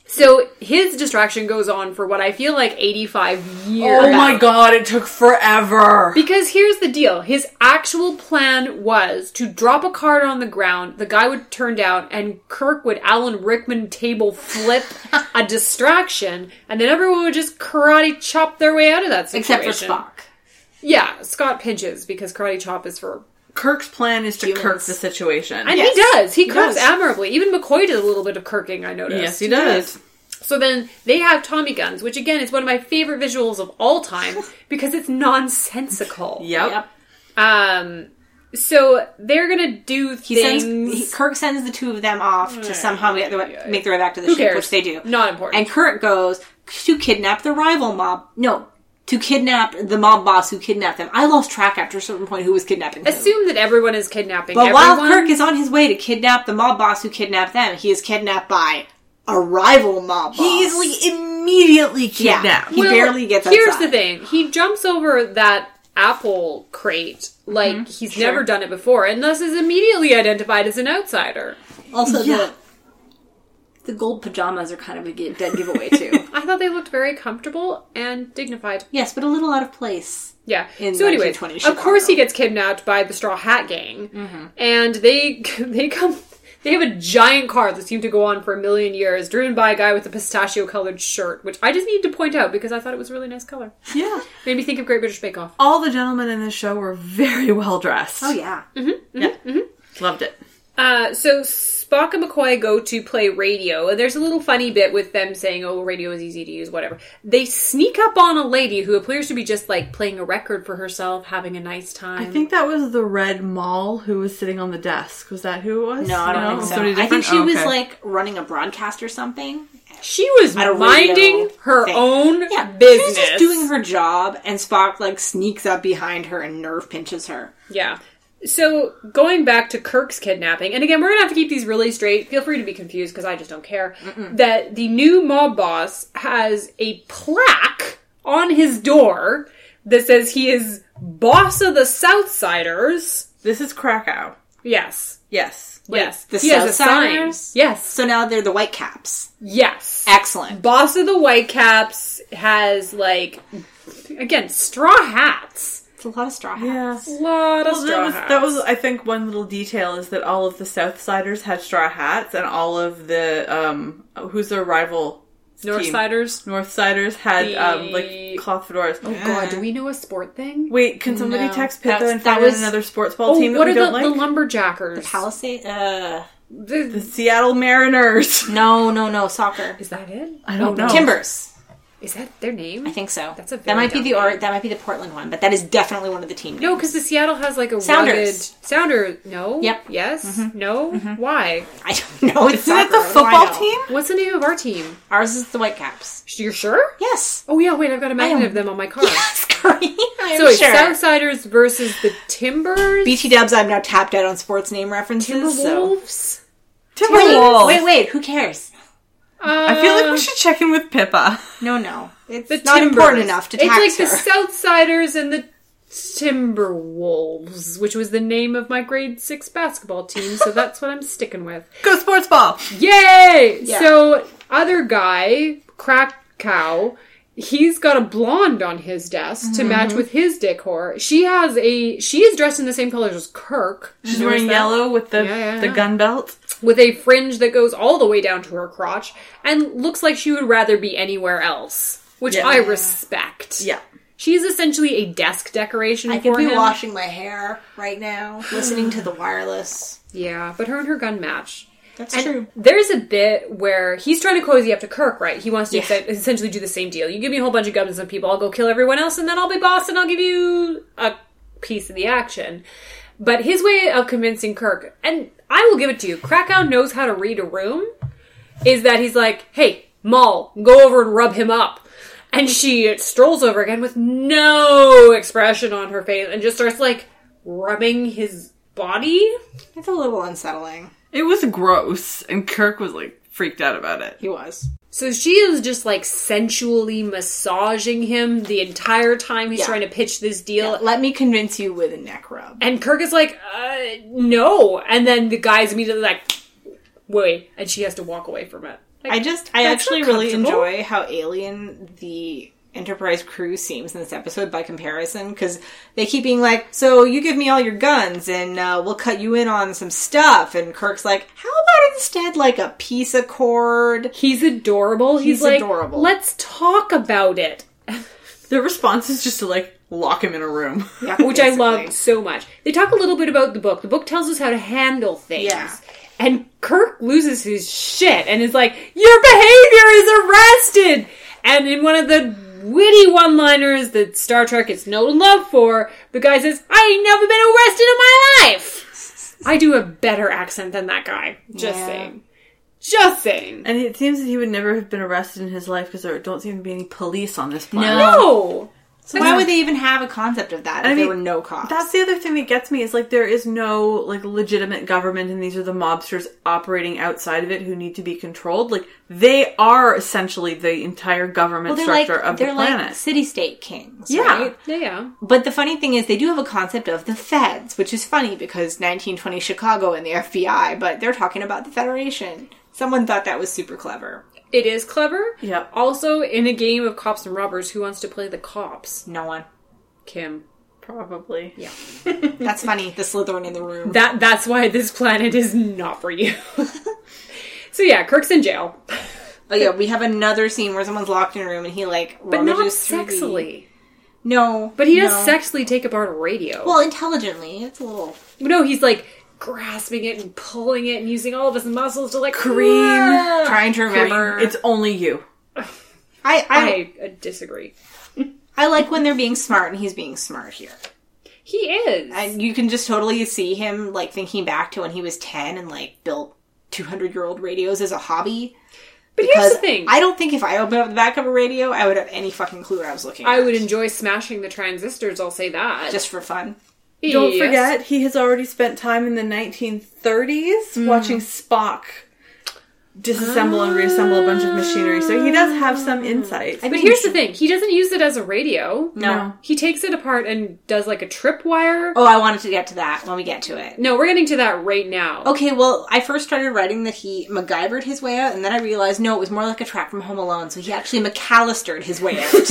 So his distraction goes on for what I feel like 85 years.
Oh my god, it took forever.
Because here's the deal his actual plan was to drop a card on the ground, the guy would turn down, and Kirk would Alan Rickman table flip a distraction, and then everyone would just karate chop their way out of that situation.
Except for Spock.
Yeah, Scott pinches because karate chop is for.
Kirk's plan is to Kirk the situation.
And
Yes.
he does. He curves
does.
admirably. Even McCoy did a little bit of kirking, I noticed.
yes, he does.
So then they have Tommy guns, which again is one of my favorite visuals of all time because it's nonsensical.
Yep.
Yep.
Um, so they're gonna do
He
things.
sends he, Kirk sends the two of them off to somehow get their, way- make their way back to the
Who
ship,
cares?
which they do.
Not important.
And Kirk goes to kidnap the rival mob. No, to kidnap the mob boss who kidnapped them. I lost track after a certain point who was kidnapping who.
assume that everyone is kidnapping.
But
everyone.
while Kirk is on his way to kidnap the mob boss who kidnapped them, he is kidnapped by a rival mob boss.
He's like immediately
yeah,
kidnapped.
he barely gets
Here's
outside.
the thing: he jumps over that apple crate
Mm-hmm.
like he's never done it before, and thus is immediately identified as an outsider.
Also,
Yeah.
the the gold pajamas are kind of a gi- dead giveaway too.
I thought they looked very comfortable and dignified.
yes, but a little out of place.
Yeah.
in
so anyway,
1920
of course
Chicago. Mm-hmm.
he gets kidnapped by the Straw Hat Gang, and they they come. They have a giant car that seemed to go on for a million years, driven by a guy with a pistachio colored shirt, which I just need to point out because I thought it was a really nice color.
Yeah.
Made me think of Great British Bake Off.
All the gentlemen in this show were very well dressed.
Oh yeah,
Yeah. Loved it.
Uh, so Spock Spock and McCoy go to play radio, and there's a little funny bit with them saying, "Oh, radio is easy to use, whatever." They sneak up on a lady who appears to be just like playing a record for herself, having a nice time.
Mm.
I think that was the red mall who was sitting on the desk. Was that who it was?
No, I don't think so.
Somebody
I think
different?
she
Oh,
was
okay.
like running a broadcast or something.
she was
At a radio
minding her
thing.
own
Yeah,
business,
She's just doing her job, and Spock like sneaks up behind her and nerve pinches her.
Yeah. So going back to Kirk's kidnapping, and again, we're gonna have to keep these really straight. Feel free to be confused because I just don't care. That the new mob boss has a plaque on his door that says he is boss of the Southsiders.
This is Krakow.
Yes.
Yes.
yes.
the
he has a sign.
Southsiders?
Yes.
So now they're the White Caps.
Yes.
Excellent.
boss of the Whitecaps has like again straw hats.
It's a lot of straw hats.
Yeah.
lot of
Well,
straw
that, was,
hats.
that was, I think, one little detail is that all of the Southsiders had straw hats, and all of the um, who's their rival
Northsiders.
Northsiders had
The-
um, like cloth fedoras. Oh
God, do we know a sport thing?
Wait, can somebody
No.
text Pippa
That's-
and
that
find out
was-
another sports ball team that
Oh, what
we
are
don't
the,
like?
the lumberjackers?
Palisade. Uh,
The-
The Seattle Mariners.
no, no, no. Soccer.
is that it?
I don't know.
Timbers.
Is that their name?
I think so.
That's a
that
very
might be
dumb
the or that might be the Portland one, but that is definitely one of the team.
no,
names.
because the Seattle has like a
Sounders.
rugged sounder. No.
Yep. Mm-hmm.
Yes. No. Why?
I don't know. It's
Isn't
soccer.
that the
What do I
football
know?
team?
What's the name of our team?
Ours is the Whitecaps.
You're sure?
Yes.
Oh yeah. Wait, I've got a magnet
am-
of them on my car.
Yes, Corey. I'm
So it's
sure.
Southsiders versus the Timbers.
BT Dubs, I'm now tapped out on sports name references. So. Oh.
Timberwolves.
Wait,
Timberwolves.
wait, wait. Who cares?
I feel like we should check in with Pippa.
No, no. It's
the
not
Timbers.
important enough to
It's
tax
like
her.
the Southsiders and the Timberwolves, which was the name of my grade six basketball team, so that's what I'm sticking with.
Go sports ball.
Yay! So, other guy, Crack Cow, he's got a blonde on his desk to match
Mm-hmm.
with his decor. She has a, she is dressed in the same colors as Kirk.
She's wearing yellow with the
Yeah, yeah,
the
yeah.
gun belt.
With a fringe that goes all the way down to her crotch and looks like she would rather be anywhere else, which
Yeah.
I respect. She's essentially a desk decoration
I
for
could be
him.
washing my hair right now, listening to the wireless.
Yeah, but her and her gun match.
That's
And
true.
There's a bit where he's trying to cozy up to Kirk, right? He wants to
Yeah.
ex- essentially do the same deal. You give me a whole bunch of guns and some people, I'll go kill everyone else, and then I'll be boss, and I'll give you a piece of the action. But his way of convincing Kirk, and I will give it to you, Krakow knows how to read a room, is that he's like, hey, Maul, go over and rub him up. And she strolls over again with no expression on her face and just starts like rubbing his body.
It's a little unsettling.
It was gross, and Kirk was like freaked out about it.
He was.
So she is just like sensually massaging him the entire time he's
Yeah.
trying to pitch this deal.
Let me convince you with a neck rub.
And Kirk is like, uh, no. And then the guy's immediately like, wait. And she has to walk away from it. Like,
I just, I
That's
actually
not
really
comfortable.
enjoy how alien the Enterprise crew seems in this episode by comparison, because they keep being like, "So you give me all your guns, and uh, we'll cut you in on some stuff." And Kirk's like, "How about instead like a piece of cord?"
he's adorable. He's,
He's
like,
adorable.
let's talk about it.
Their response is just to like lock him in a room.
Yeah,
which I
basically.
loved so much. They talk a little bit about the book. The book tells us how to handle things.
Yeah.
And Kirk loses his shit and is like, Your behavior is arrested! And in one of the witty one liners that Star Trek is known love for, the guy says, I ain't never been arrested in my life! I do a better accent than that guy. Just
Yeah.
saying. Just saying.
And it seems that he would never have been arrested in his life because there don't seem to be any police on this planet.
No.
No!
So why would they even have a concept of that if
I mean,
there were no cops?
That's the other thing that gets me is like there is no like legitimate government and these are the mobsters operating outside of it who need to be controlled. Like they are essentially the entire government
well, they're like
structure of the
they're
planet.
like city-state kings,
Yeah.
right?
Yeah.
But the funny thing is, they do have a concept of the feds, which is funny because 1920 Chicago and the FBI, but they're talking about the Federation. Someone thought that was super clever.
It is clever.
Yep.
Also, in a game of cops and robbers, who wants to play the cops?
No one.
Kim.
Probably. Yeah.
That's funny. The Slytherin in the room.
That that's why this planet is not for you. so yeah, Kirk's in jail,
oh yeah, we have another scene where someone's locked in a room and he like
but not
rummages through the-
sexily.
No,
But he does
no.
sexily take apart a radio.
Well, intelligently, it's a little.
no, he's like grasping it and pulling it and using all of his muscles to like Ah!
Kareem.
Trying to remember.
It's only you.
I, I
I uh, disagree.
I like when they're being smart, and he's being smart here.
He is.
And you can just totally see him like thinking back to when he was ten and like built two hundred year old radios as a hobby.
but here's the thing.
I don't think if I opened up the back of a radio, I would have any fucking clue what I was looking.
I
at,
would enjoy smashing the transistors, I'll say that.
just for fun.
Don't
Yes.
forget, he has already spent time in the 1930s watching Spock disassemble and reassemble a bunch of machinery, so he does have some
Ah.
insight.
But here's the thing, he doesn't use it as a radio.
No.
He takes it apart and does like a tripwire.
Oh, I wanted to get to that when we get to it.
No, we're getting to that right now.
Okay, well, I first started writing that he MacGyvered his way out, and then I realized no, it was more like a track from Home Alone. So he actually McAllistered his way out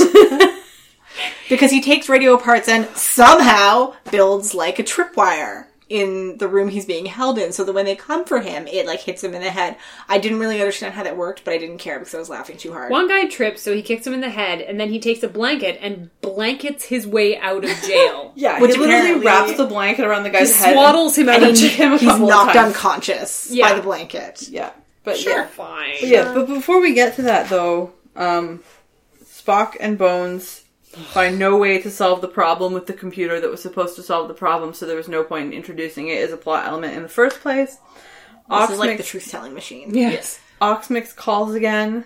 because he takes radio parts and somehow builds like a tripwire in the room he's being held in, so that when they come for him, it like hits him in the head. I didn't really understand how that worked, but I didn't care because I was laughing too hard.
One guy trips, so he kicks him in the head, and then he takes a blanket and blankets his way out of jail.
yeah,
Which
he literally
apparently-
wraps the blanket around the guy's
He
head. and
swaddles him out of
punched
jail.
him a
He's
couple of
knocked
times.
unconscious
Yeah.
by the blanket.
Yeah, but yeah.
Fine.
Yeah, but before we get to that though, um, Spock and Bones find no way to solve the problem with the computer that was supposed to solve the problem, so there was no point in introducing it as a plot element in the first place.
This
Ox
is like the
makes,
truth telling machine.
Yes.
Ox makes calls again.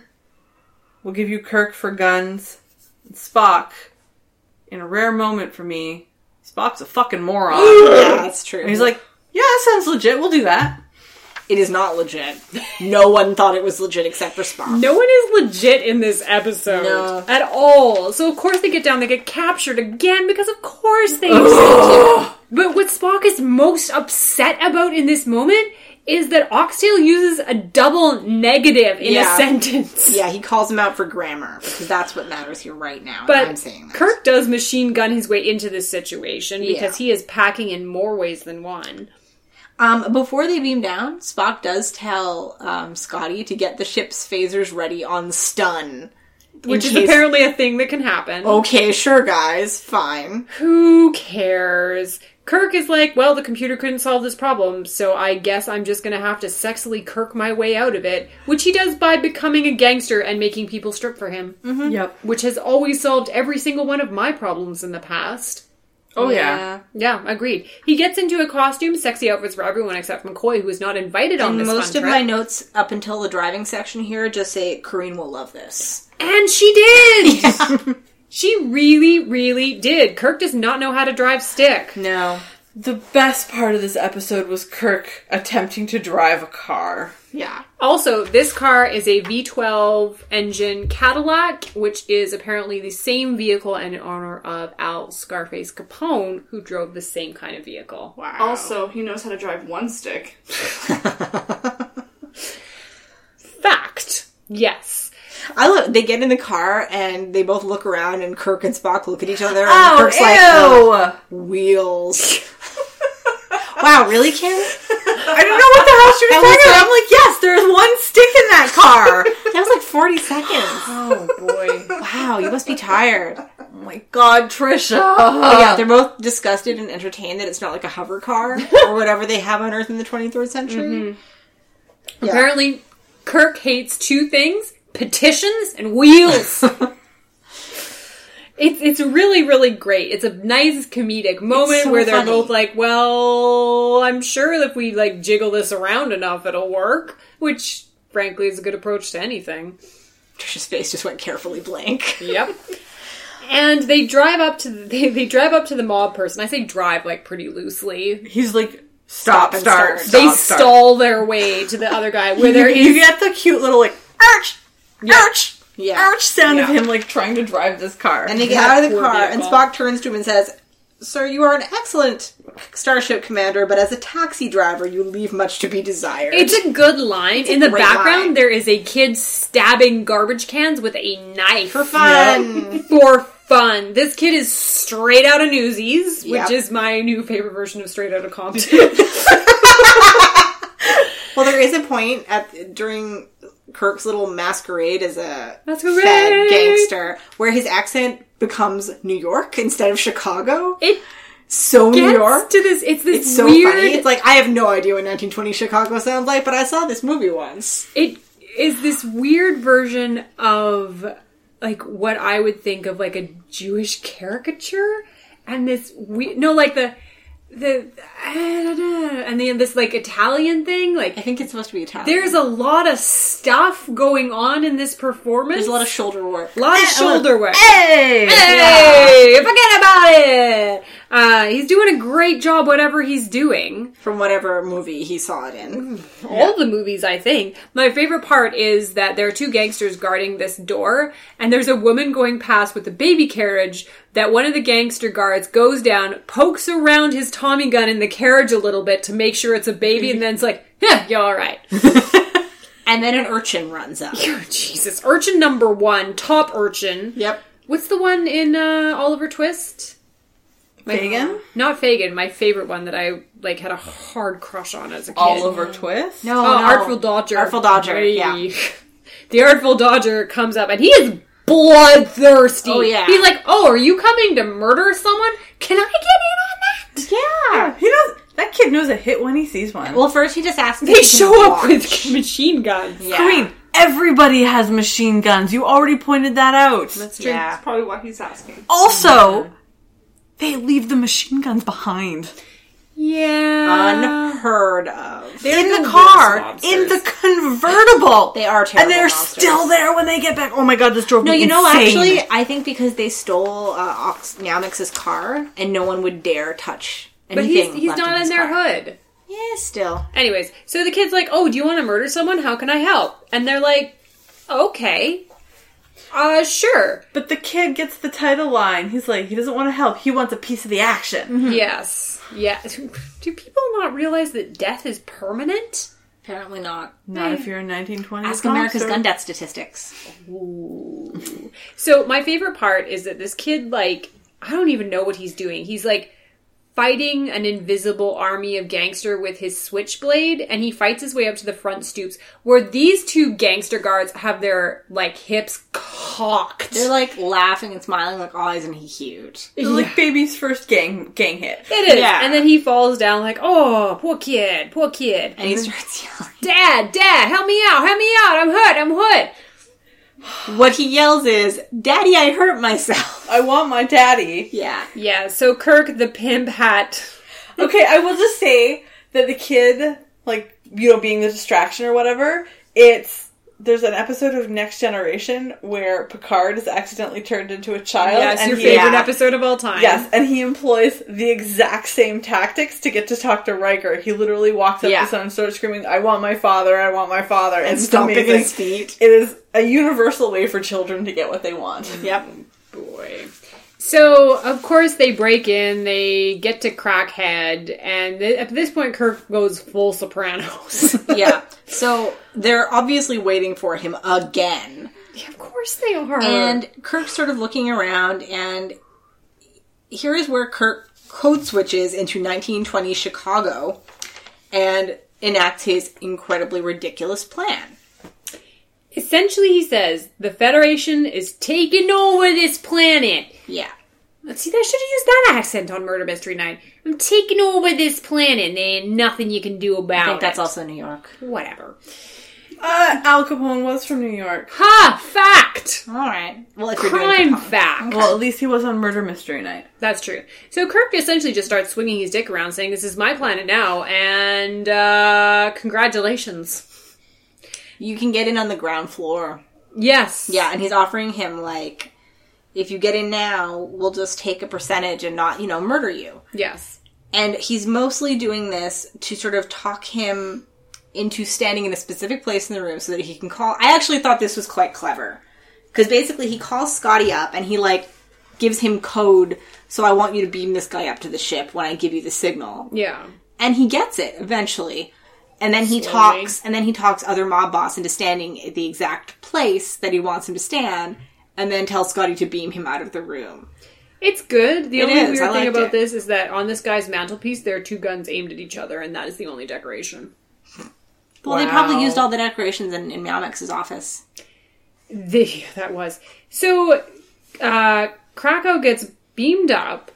We'll give you Kirk for guns. And Spock, in a rare moment for me, Spock's a fucking moron. and
Yeah, that's true.
he's like, yeah, that sounds legit. We'll do that.
It is not legit. No one thought it was legit except for Spock.
No one is legit in this episode
No.
at all. So of course they get down, they get captured again because of course they. accept it. but what Spock is most upset about in this moment is that Oxtail uses a double negative in
Yeah.
a sentence.
Yeah, he calls him out for grammar because that's what matters here right now. and I'm
But
saying that.
Kirk does machine gun his way into this situation because
Yeah.
he is packing in more ways than one.
Um, before they beam down, Spock does tell um, Scotty to get the ship's phasers ready on stun.
Which
In
is
case- Oh.
apparently a thing that can happen.
Okay, sure, guys, fine.
Who cares? Kirk is like, well, the computer couldn't solve this problem, so I guess I'm just gonna have to sexily Kirk my way out of it, which he does by becoming a gangster and making people strip for him,
Mm-hmm.
Yep.
which has always solved every single one of my problems in the past.
Oh
Yeah, agreed. He gets into a costume, sexy outfits for everyone except McCoy, who is not invited on
And
this
most
fun
of my
trip.
notes up until the driving section here just say Corrine will love this.
and she did. she really, really did. Kirk does not know how to drive stick.
No.
The best part of this episode was Kirk attempting to drive a car.
Yeah.
Also, this car is a V12 engine Cadillac, which is apparently the same vehicle and in honor of Al Scarface Capone, who drove the same kind of vehicle. Wow.
Also, he knows how to drive one stick.
Fact. Yes.
I look. They get in the car and they both look around, and Kirk and Spock look at each other. And Kirk's like, "Oh, wheels. wow, really, Kim?
I don't know what the hell she was talking about. I'm like, yes, there's one stick in that car.
That was like 40 seconds.
Oh boy.
Wow, you must be tired.
oh my god, Trisha. Uh,
But yeah, they're both disgusted and entertained that it's not like a hover car or whatever they have on Earth in the 23rd century.
Mm-hmm.
apparently, Kirk hates two things: petitions and wheels. It's, it's really really great. It's a nice comedic moment
so
where they're
funny.
both like, "Well, I'm sure if we like jiggle this around enough, it'll work," which frankly is a good approach to anything.
Trisha's face just went carefully blank.
Yep. And they drive up to the, they, they drive up to the mob person. I say drive like pretty loosely.
He's like,
Stop
stop,
and
start,
start.
stop,
They
start.
stall their way to the other guy where there
You
is
get the cute little like, ouch, ouch,
Yeah.
ouch sound of
Yeah.
him like trying to drive this car.
And they get out of the
poor
car, and
vehicle.
Spock turns to him and says, Sir, you are an excellent starship commander, but as a taxi driver, you leave much to be desired.
It's a good line. In the
great
background,
line.
there is a kid stabbing garbage cans with a knife
for fun.
for fun. This kid is straight out of Newsies,
Yep.
which is my new favorite version of Straight Out of Compton.
Well, there is a point at during Kirk's little masquerade as a
Masquerade!
fed gangster where his accent becomes New York instead of Chicago.
it
so New
gets
York.
to this. It's this
It's so
weird.
funny. It's like I have no idea what 1920 Chicago sounds like, but I saw this movie once.
it is this weird version of like what I would think of like a Jewish caricature, and this we no like the the I don't know, and then this like Italian thing
I
like.
think it's supposed to be Italian.
There's a lot of stuff going on in this performance.
There's a lot of Eh, shoulder work.
lot of shoulder work.
Hey!
Hey, forget about it. Uh, he's doing a great job, whatever he's doing.
from whatever movie he saw it in.
All the movies, I think. My favorite part is that there are two gangsters guarding this door, and there's a woman going past with a baby carriage. That one of the gangster guards goes down, pokes around his Tommy gun in the carriage a little bit to make sure it's a baby, and then it's like, "Huh, you're all right."
And then an urchin runs up.
Jesus, urchin number one, top urchin.
yep.
What's the one in uh, Oliver Twist? My-
Fagin?
Not Fagin. My favorite one that I like had a hard crush on as a kid.
Oliver Twist?
No,
Oh,
no.
Artful Dodger.
Artful Dodger,
Hey.
yeah.
The Artful Dodger comes up and he is bloodthirsty.
Oh, yeah.
He's like, oh, are you coming to murder someone? Can I get in on that?
Yeah.
He knows that kid knows a hit when he sees one.
Well, first he just asks.
They show up with machine guns.
yeah.
Green, everybody has machine guns. You already pointed that out.
That's true.
Yeah.
probably why he's asking.
also, they leave the machine guns behind.
Yeah.
Unheard of.
in the
the
car,
weirdest
in the convertible.
They are
And
terrible.
they're
monsters.
still there when they get back. Oh my god, this drove
No,
me
you know,
insane.
actually, I think because they stole uh, Ox Nyamix's car, and no one would dare touch
but
anything.
he's, he's
left
not in,
his
their
car.
hood.
Yeah, still.
Anyways, so the kid's like, "Oh, do you want to murder someone? How can I help?" And they're like, "Okay, uh, sure,
But the kid gets the title line. He's like, he doesn't want to help. He wants a piece of the action.
Mm-hmm.
yes, yeah." Do people not realize that death is permanent?
Apparently not.
Not if you're in 1920s.
Ask
cops
America's
or-
gun death statistics.
So my favorite part is that this kid, like, I don't even know what he's doing. He's like fighting an invisible army of gangster with his switchblade, and he fights his way up to the front stoops where these two gangster guards have their like hips cocked.
They're like laughing and smiling, like, oh, isn't he cute?
They're Like baby's first gang gang hit.
It is.
Yeah.
And then he falls down like, oh, poor kid, poor kid.
And he starts yelling.
Dad, dad, help me out, help me out. I'm hurt, I'm hurt.
What he yells is, Daddy, I hurt myself.
I want my daddy.
Yeah.
Yeah, so Kirk, the pimp hat.
Okay, I will just say that the kid, like, you know, being the distraction or whatever, it's. There's an episode of Next Generation where Picard is accidentally turned into a child.
Yes, your
he,
favorite
yeah.
episode of all time.
Yes, and he employs the exact same tactics to get to talk to Riker. He literally walks up
Yeah.
to someone and starts screaming, I want my father, I want my father. And it's
Stomping
amazing.
his feet.
It is a universal way for children to get what they want.
Yep.
Boy. So, of course, they break in, they get to Crackhead, and th- at this point, Kirk goes full Sopranos.
Yeah. So they're obviously waiting for him again.
yeah, of course they are.
And Kirk's sort of looking around, and here is where Kirk code switches into 1920 Chicago and enacts his incredibly ridiculous plan.
essentially, he says, the Federation is taking over this planet.
Yeah.
Let's see, I should have used that accent on Murder Mystery Night. I'm taking over this planet, and there ain't nothing you can do about
I think that's
it.
also New York.
Whatever.
Uh, Al Capone was from New York.
Ha! Fact!
All right. Well, if you're doing
Crime fact!
Well, at least he was on Murder Mystery Night.
That's true. So Kirk essentially just starts swinging his dick around, saying, This is my planet now, and, uh, congratulations.
you can get in on the ground floor.
Yes.
Yeah, and he's offering him like, if you get in now, we'll just take a percentage and not, you know, murder you.
Yes.
And he's mostly doing this to sort of talk him into standing in a specific place in the room so that he can call. I actually thought this was quite clever because basically he calls Scotty up and he like gives him code. So I want you to beam this guy up to the ship when I give you the signal,
Yeah.
and he gets it eventually. And then he
Slowly.
talks, and then he talks other mob boss into standing at the exact place that he wants him to stand, and then tells Scotty to beam him out of the room.
It's good. The only
is.
weird
I
thing
liked
about
it.
this is that on this guy's mantelpiece, there are two guns aimed at each other, and that is the only decoration.
Well, they probably
Wow.
used all the decorations in, in Malmex's office.
The, that was. So, uh, Krakow gets beamed up,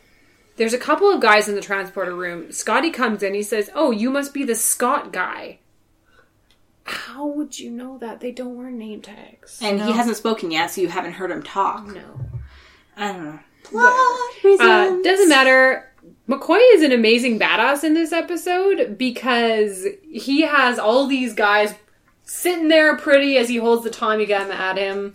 There's a couple of guys in the transporter room. Scotty comes in. He says, "Oh, you must be the Scott guy." How would you know that they don't wear name tags?
And he hasn't spoken yet, so you haven't heard him talk.
No.
I don't know.
Uh, doesn't matter. McCoy is an amazing badass in this episode because he has all these guys sitting there pretty as he holds the Tommy gun at him.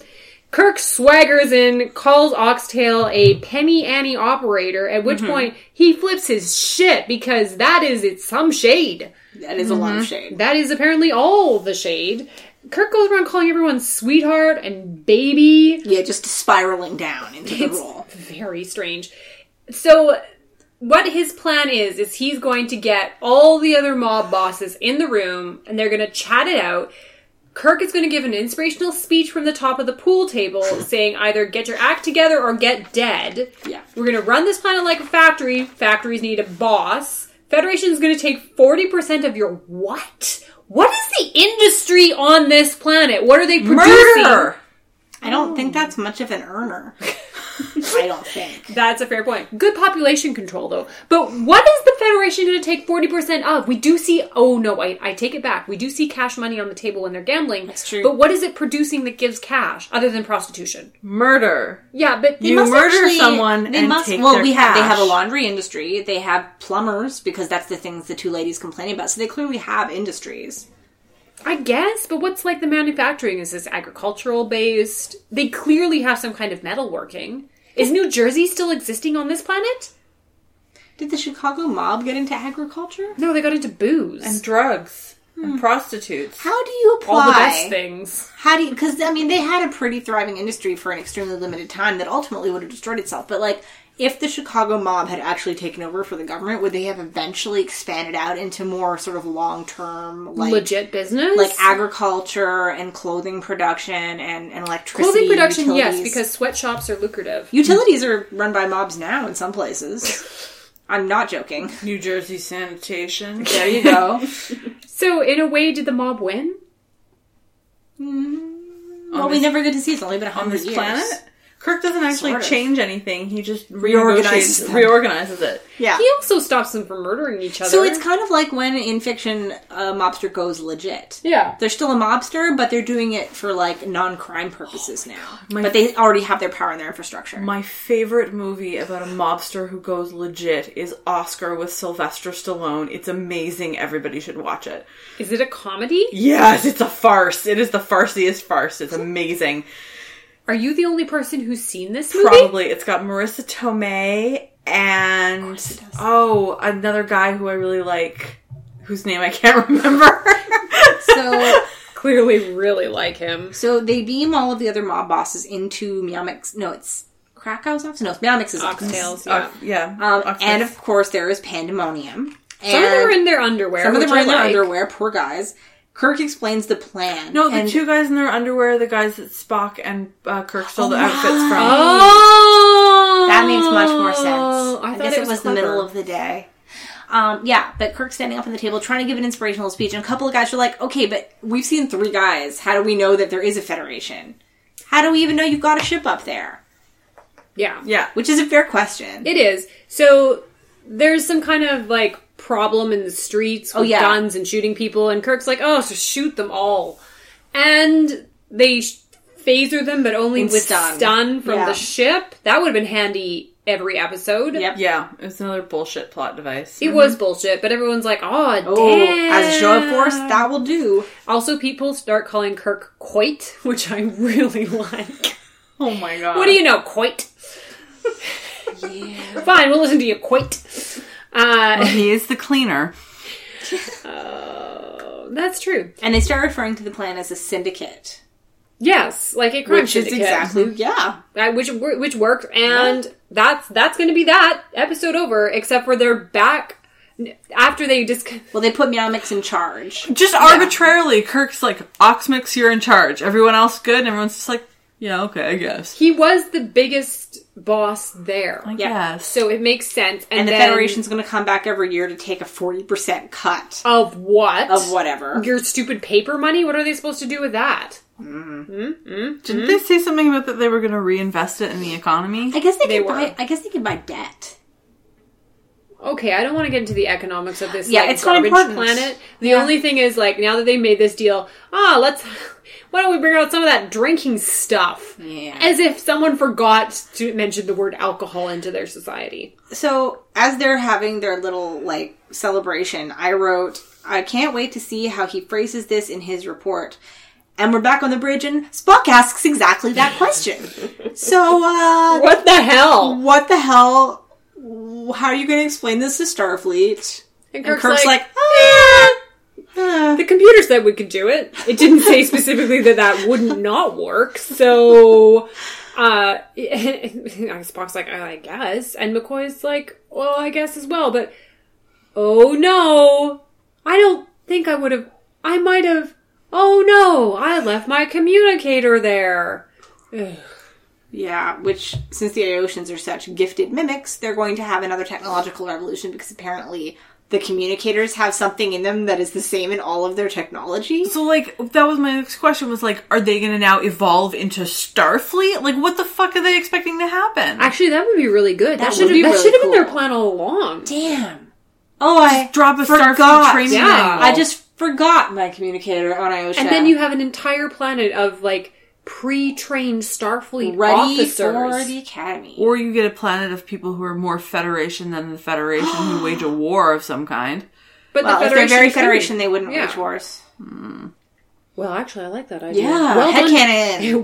Kirk swaggers in, calls Oxtail a penny Annie operator, at which point he flips his shit because that is it's some shade.
That is a lot of shade.
That is apparently all the shade. Kirk goes around calling everyone sweetheart and baby
Yeah, just spiraling down into the role.
very strange. So, what his plan is is he's going to get all the other mob bosses in the room, and they're going to chat it out. Kirk is going to give an inspirational speech from the top of the pool table, saying either "Get your act together" or "Get dead."
Yeah.
We're going to run this planet like a factory. Factories need a boss. Federation is going to take 40% of your what? What is the industry on this planet? What are they producing?
Murder!
I don't think that's much of an earner. I don't think.
That's a fair point. Good population control, though. But what is the Federation going to take 40% of? We do see, oh no, I, I take it back. We do see cash money on the table when they're gambling. That's
true.
But what is it producing that gives cash other than prostitution?
Murder.
Yeah, but
You
must
murder someone and take
well,
their
we have they have a
cash.
laundry industry. They have plumbers because that's the things the two ladies complain about. So they clearly have industries.
I guess, but what's like the manufacturing? Is this agricultural based? They clearly have some kind of metalworking. Is New Jersey still existing on this planet?
Did the Chicago mob get into agriculture?
No, they got into booze.
And drugs. Hmm. And prostitutes.
How do you apply?
all the best things.
How do you? Because I mean, they had a pretty thriving industry for an extremely limited time that ultimately would have destroyed itself. But like, if the Chicago mob had actually taken over for the government, would they have eventually expanded out into more sort of long term, like
Legit business?
like agriculture and clothing production and, and electricity?
Clothing production, yes,
utilities?
because sweatshops are lucrative.
utilities are run by mobs now in some places. I'm not joking.
New Jersey sanitation.
There you go.
So, in a way, did the mob win?
well, we never get to see. it. It's only been a
on
hundred
this
years.
planet. Kirk doesn't actually
Sort of.
change anything. He just
Reorganizes
reorganizes
them.
reorganizes it.
Yeah.
He also stops them from murdering each other.
So it's kind of like when in fiction a mobster goes legit.
yeah.
They're still a mobster, but they're doing it for like non-crime purposes now. but they already have their power and their infrastructure.
My favorite movie about a mobster who goes legit is Oscar with Sylvester Stallone. It's amazing. Everybody should watch it.
Is it a comedy?
Yes, it's a farce. It is the farciest farce. It's amazing.
Are you the only person who's seen this movie?
Probably it's got Marissa Tomei and oh, another guy who I really like, whose name I can't remember.
so,
Clearly, really like him.
so they beam all of the other mob bosses into Miamix. No, it's Krakow's office. No, it's Miamix's office.
Oxtails, yeah.
Uh, yeah,
Um,
Oxford.
and of course, there is pandemonium. And
some of them are in their underwear.
some of them
which
are
I
in their
like.
underwear. Poor guys. Kirk explains the plan.
No, the
and-
two guys in their underwear, the guys that Spock and uh, Kirk stole the
Oh,
outfits from.
right.
Oh!
That makes much more sense.
I,
I,
thought
guess it was, the
clever.
middle of the day. Um, yeah, but Kirk's standing up on the table trying to give an inspirational speech, and a couple of guys are like, okay, but we've seen three guys. How do we know that there is a federation? How do we even know you've got a ship up there?
Yeah.
Yeah.
Which is a fair question.
It is. So there's some kind of like problem in the streets with
Oh, yeah.
guns and shooting people, and Kirk's like, "Oh, so shoot them all," and they sh- phaser them, but only
And
with
stun.
stun, from
Yeah.
the ship. That would have been handy every episode.
Yep. Mm-hmm.
Yeah, it's another bullshit plot device.
It was bullshit, but everyone's like, "Oh,
Oh,
damn!"
as a show of force, that will do.
also, people start calling Kirk Coit, which I really like.
Oh my god.
What do you know, Coit? Fine, we'll listen to you, Coit. Uh,
He is the cleaner.
Oh.
that's true.
And they start referring to the plan as a syndicate.
Yes, like a crime
Which is
syndicate.
exactly, yeah.
Uh, which wor- which worked, and that's that's going to be that episode over. Except for they're back n- after they just
Well, they put Meowmix in charge.
Just arbitrarily, Kirk's like, Oxmix, you're in charge. Everyone else good? And everyone's just like, yeah, okay, I guess.
he was the biggest boss there,
Yeah.
Yes.
so it makes sense. And,
And the
then
Federation's going to come back every year to take a 40% cut
of what
of whatever.
your stupid paper money. What are they supposed to do with that?
Didn't they say something about that they were going to reinvest it in the economy?
I guess they,
They
could
were.
buy. I guess they could buy debt.
okay, I don't want to get into the economics of this
Yeah,
like
it's not
garbage
important.
planet. The only thing is like now that they made this deal, ah, let's why don't we bring out some of that drinking stuff?
Yeah.
As if someone forgot to mention the word alcohol into their society.
So as they're having their little like celebration, I wrote, I can't wait to see how he phrases this in his report. And we're back on the bridge and Spock asks exactly that question. so uh
What the hell?
what the hell how are you going to explain this to Starfleet?
And
And
Kirk's,
Kirk's
like,
like, "Ah, ah."
the computer said we could do it. It didn't say specifically that that would not work. So, uh, Spock's like, I guess, and McCoy's like, well, I guess as well. But oh no, I don't think I would have. I might have. Oh no, I left my communicator there.
Yeah, which since the Iotians are such gifted mimics, they're going to have another technological revolution because apparently the communicators have something in them that is the same in all of their technology.
So like that was my next question was like, are they gonna now evolve into Starfleet? Like what the fuck are they expecting to happen?
Actually, that would be really good. That,
That
should
would
have
be
that
really
should have been their
cool.
plan all along.
Damn. Oh, I
Drop a Starfleet
forgot.
training
Yeah.
manual.
I just forgot my communicator on Iosha.
And then you have an entire planet of like pre-trained Starfleet
ready
officers.
for the academy.
or you get a planet of people who are more Federation than the Federation who wage a war of some kind.
But
well,
the
if
Federation
they're very
couldn't.
Federation, they wouldn't
Yeah.
wage wars.
Well, actually, I like that idea.
Yeah,
well
headcanon.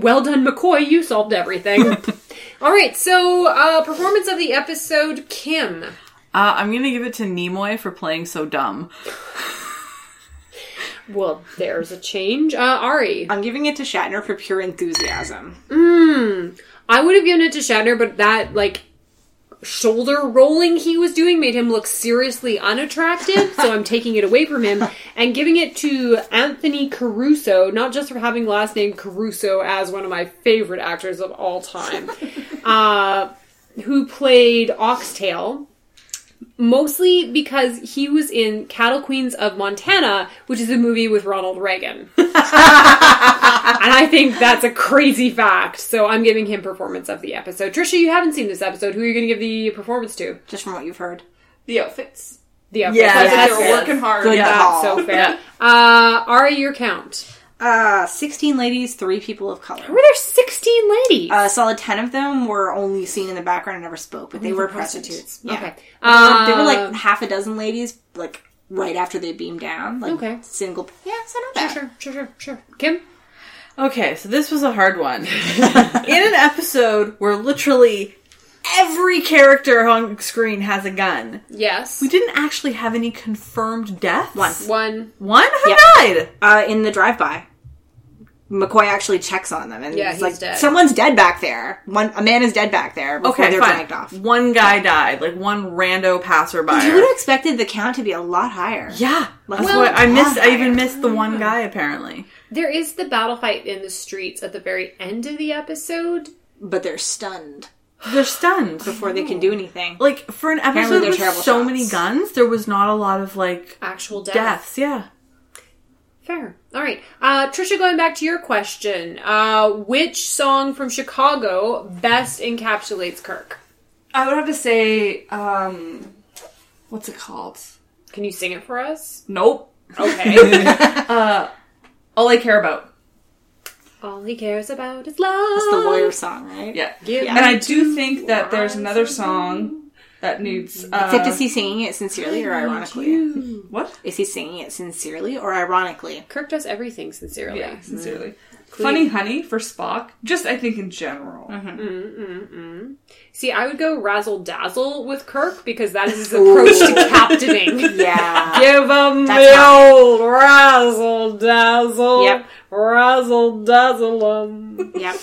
Well done, McCoy. You solved everything. All right, so uh, performance of the episode, Kim.
Uh, I'm gonna give it to Nimoy for playing so dumb.
Well, there's a change. Uh, Ari,
I'm giving it to Shatner for pure enthusiasm.
I would have given it to Shatner, but that like shoulder rolling he was doing made him look seriously unattractive. so I'm taking it away from him and giving it to Anthony Caruso, not just for having last name Caruso as one of my favorite actors of all time, uh, who played Oxtail. Mostly because he was in Cattle Queens of Montana, which is a movie with Ronald Reagan. And I think that's a crazy fact. So I'm giving him performance of the episode. Trisha, you haven't seen this episode. Who are you going to give the performance to?
Just from what you've heard.
The outfits.
The episode.
Yeah,
Because
Yes,
they're
yes.
working hard.
Good
yeah.
That's
call.
so fair. Uh, Ari, your count.
Uh, 16 ladies, 3 people of color.
Were there 16 ladies?
A solid ten of them were only seen in the background and never spoke, but they were prostitutes. Yeah.
Okay.
They, were, they were,
Um,
like half a dozen ladies, like right after they beamed down. Like
Okay.
single. Yeah, so not bad.
Sure, sure, sure, sure. Kim?
Okay, so this was a hard one. In an episode where literally every character on screen has a gun,
Yes.
we didn't actually have any confirmed deaths.
One.
One.
One? Who
Yep.
died?
Uh, in the drive-by, McCoy actually checks on them, and
Yeah,
it's
he's
like,
dead.
"Someone's dead back there. One a man is dead back there." Before
Okay,
they're
fine.
dragged off. You
One guy died, like one rando passerby.
would have expected the count to be a lot higher.
yeah, that's
Well,
what I missed. I even
vampire.
missed the one guy apparently.
There is the battle fight in the streets at the very end of the episode.
but they're stunned
They're stunned.
before they can do anything.
Like for an
Apparently
episode
they're
with so
terrible shots.
many guns, there was not a lot of like
Actual death.
deaths. Yeah.
Fair. All right. Uh, Trisha, going back to your question, uh, which song from Chicago best encapsulates Kirk?
I would have to say, um, what's it called?
Can you sing it for us?
Nope. Uh,
Okay.
All I care about.
All he cares about is love.
It's the lawyer song, right?
Yeah.
Give
And I
me
do think that there's another song that needs. Uh,
Except is he singing it sincerely or ironically?
you.
what?
Is he singing it sincerely or ironically?
Kirk does everything sincerely.
Yeah, sincerely. Funny Honey for Spock. Just, I think, in general.
Mm-hmm.
See, I would go razzle dazzle with Kirk because that is his approach to captaining.
Yeah.
Give him
That's
the
not-
old razzle dazzle.
Yep.
Razzle dazzle 'em.
Yep.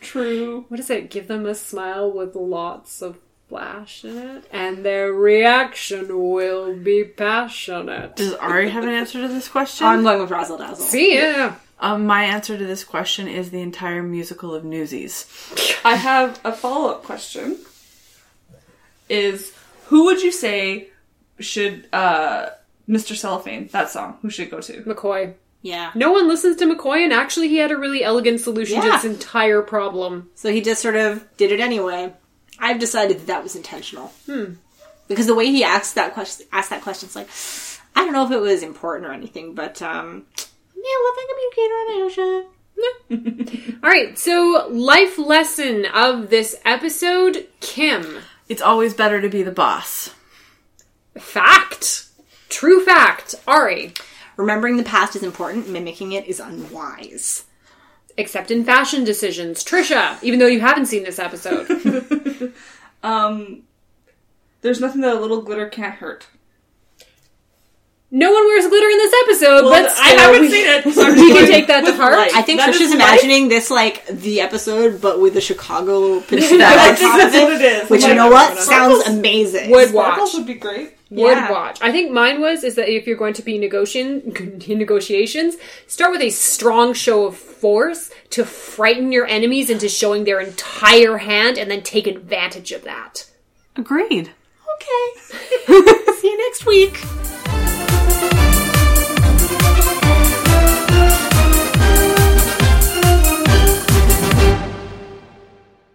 True.
what is it? Give them a smile with lots of flash in it, and their reaction will be passionate.
Does Ari have an answer to this question?
I'm going with Razzle Dazzle.
See ya.
um, my answer to this question is the entire musical of Newsies.
I have a follow up question. Is who would you say should uh Mr. Cellophane, that song, who should go to?
McCoy.
Yeah.
No one listens to McCoy, and actually, he had a really elegant solution to
Yeah.
this entire problem.
Hmm.
So he just sort of did it anyway. I've decided that that was intentional. because the way he asked that question, asked that question, it's like I don't know if it was important or anything, but um, yeah, love and communicator on Aosha.
All right, so life lesson of this episode, Kim.
It's always better to be the boss.
Fact. True fact. Ari.
Remembering the past is important. Mimicking it is unwise.
Except in fashion decisions. Trisha, even though you haven't seen this episode.
Um, there's nothing that a little glitter can't hurt.
No one wears glitter in this episode, but
I
still
haven't
we,
seen it. So I'm
we
just
can
going
take that to
with
heart.
life.
I think
That
Trisha's
is
imagining this like the episode, but with the Chicago
I
Peninsula,
think that's what it is.
which you
Like,
know what
sparkles-
sounds amazing.
Would watch.
Sparkles would be great.
Would watch. I think mine was is that if you're going to be negotiating in negotiations, start with a strong show of force to frighten your enemies into showing their entire hand, and then take advantage of that.
Agreed.
okay. See you next week.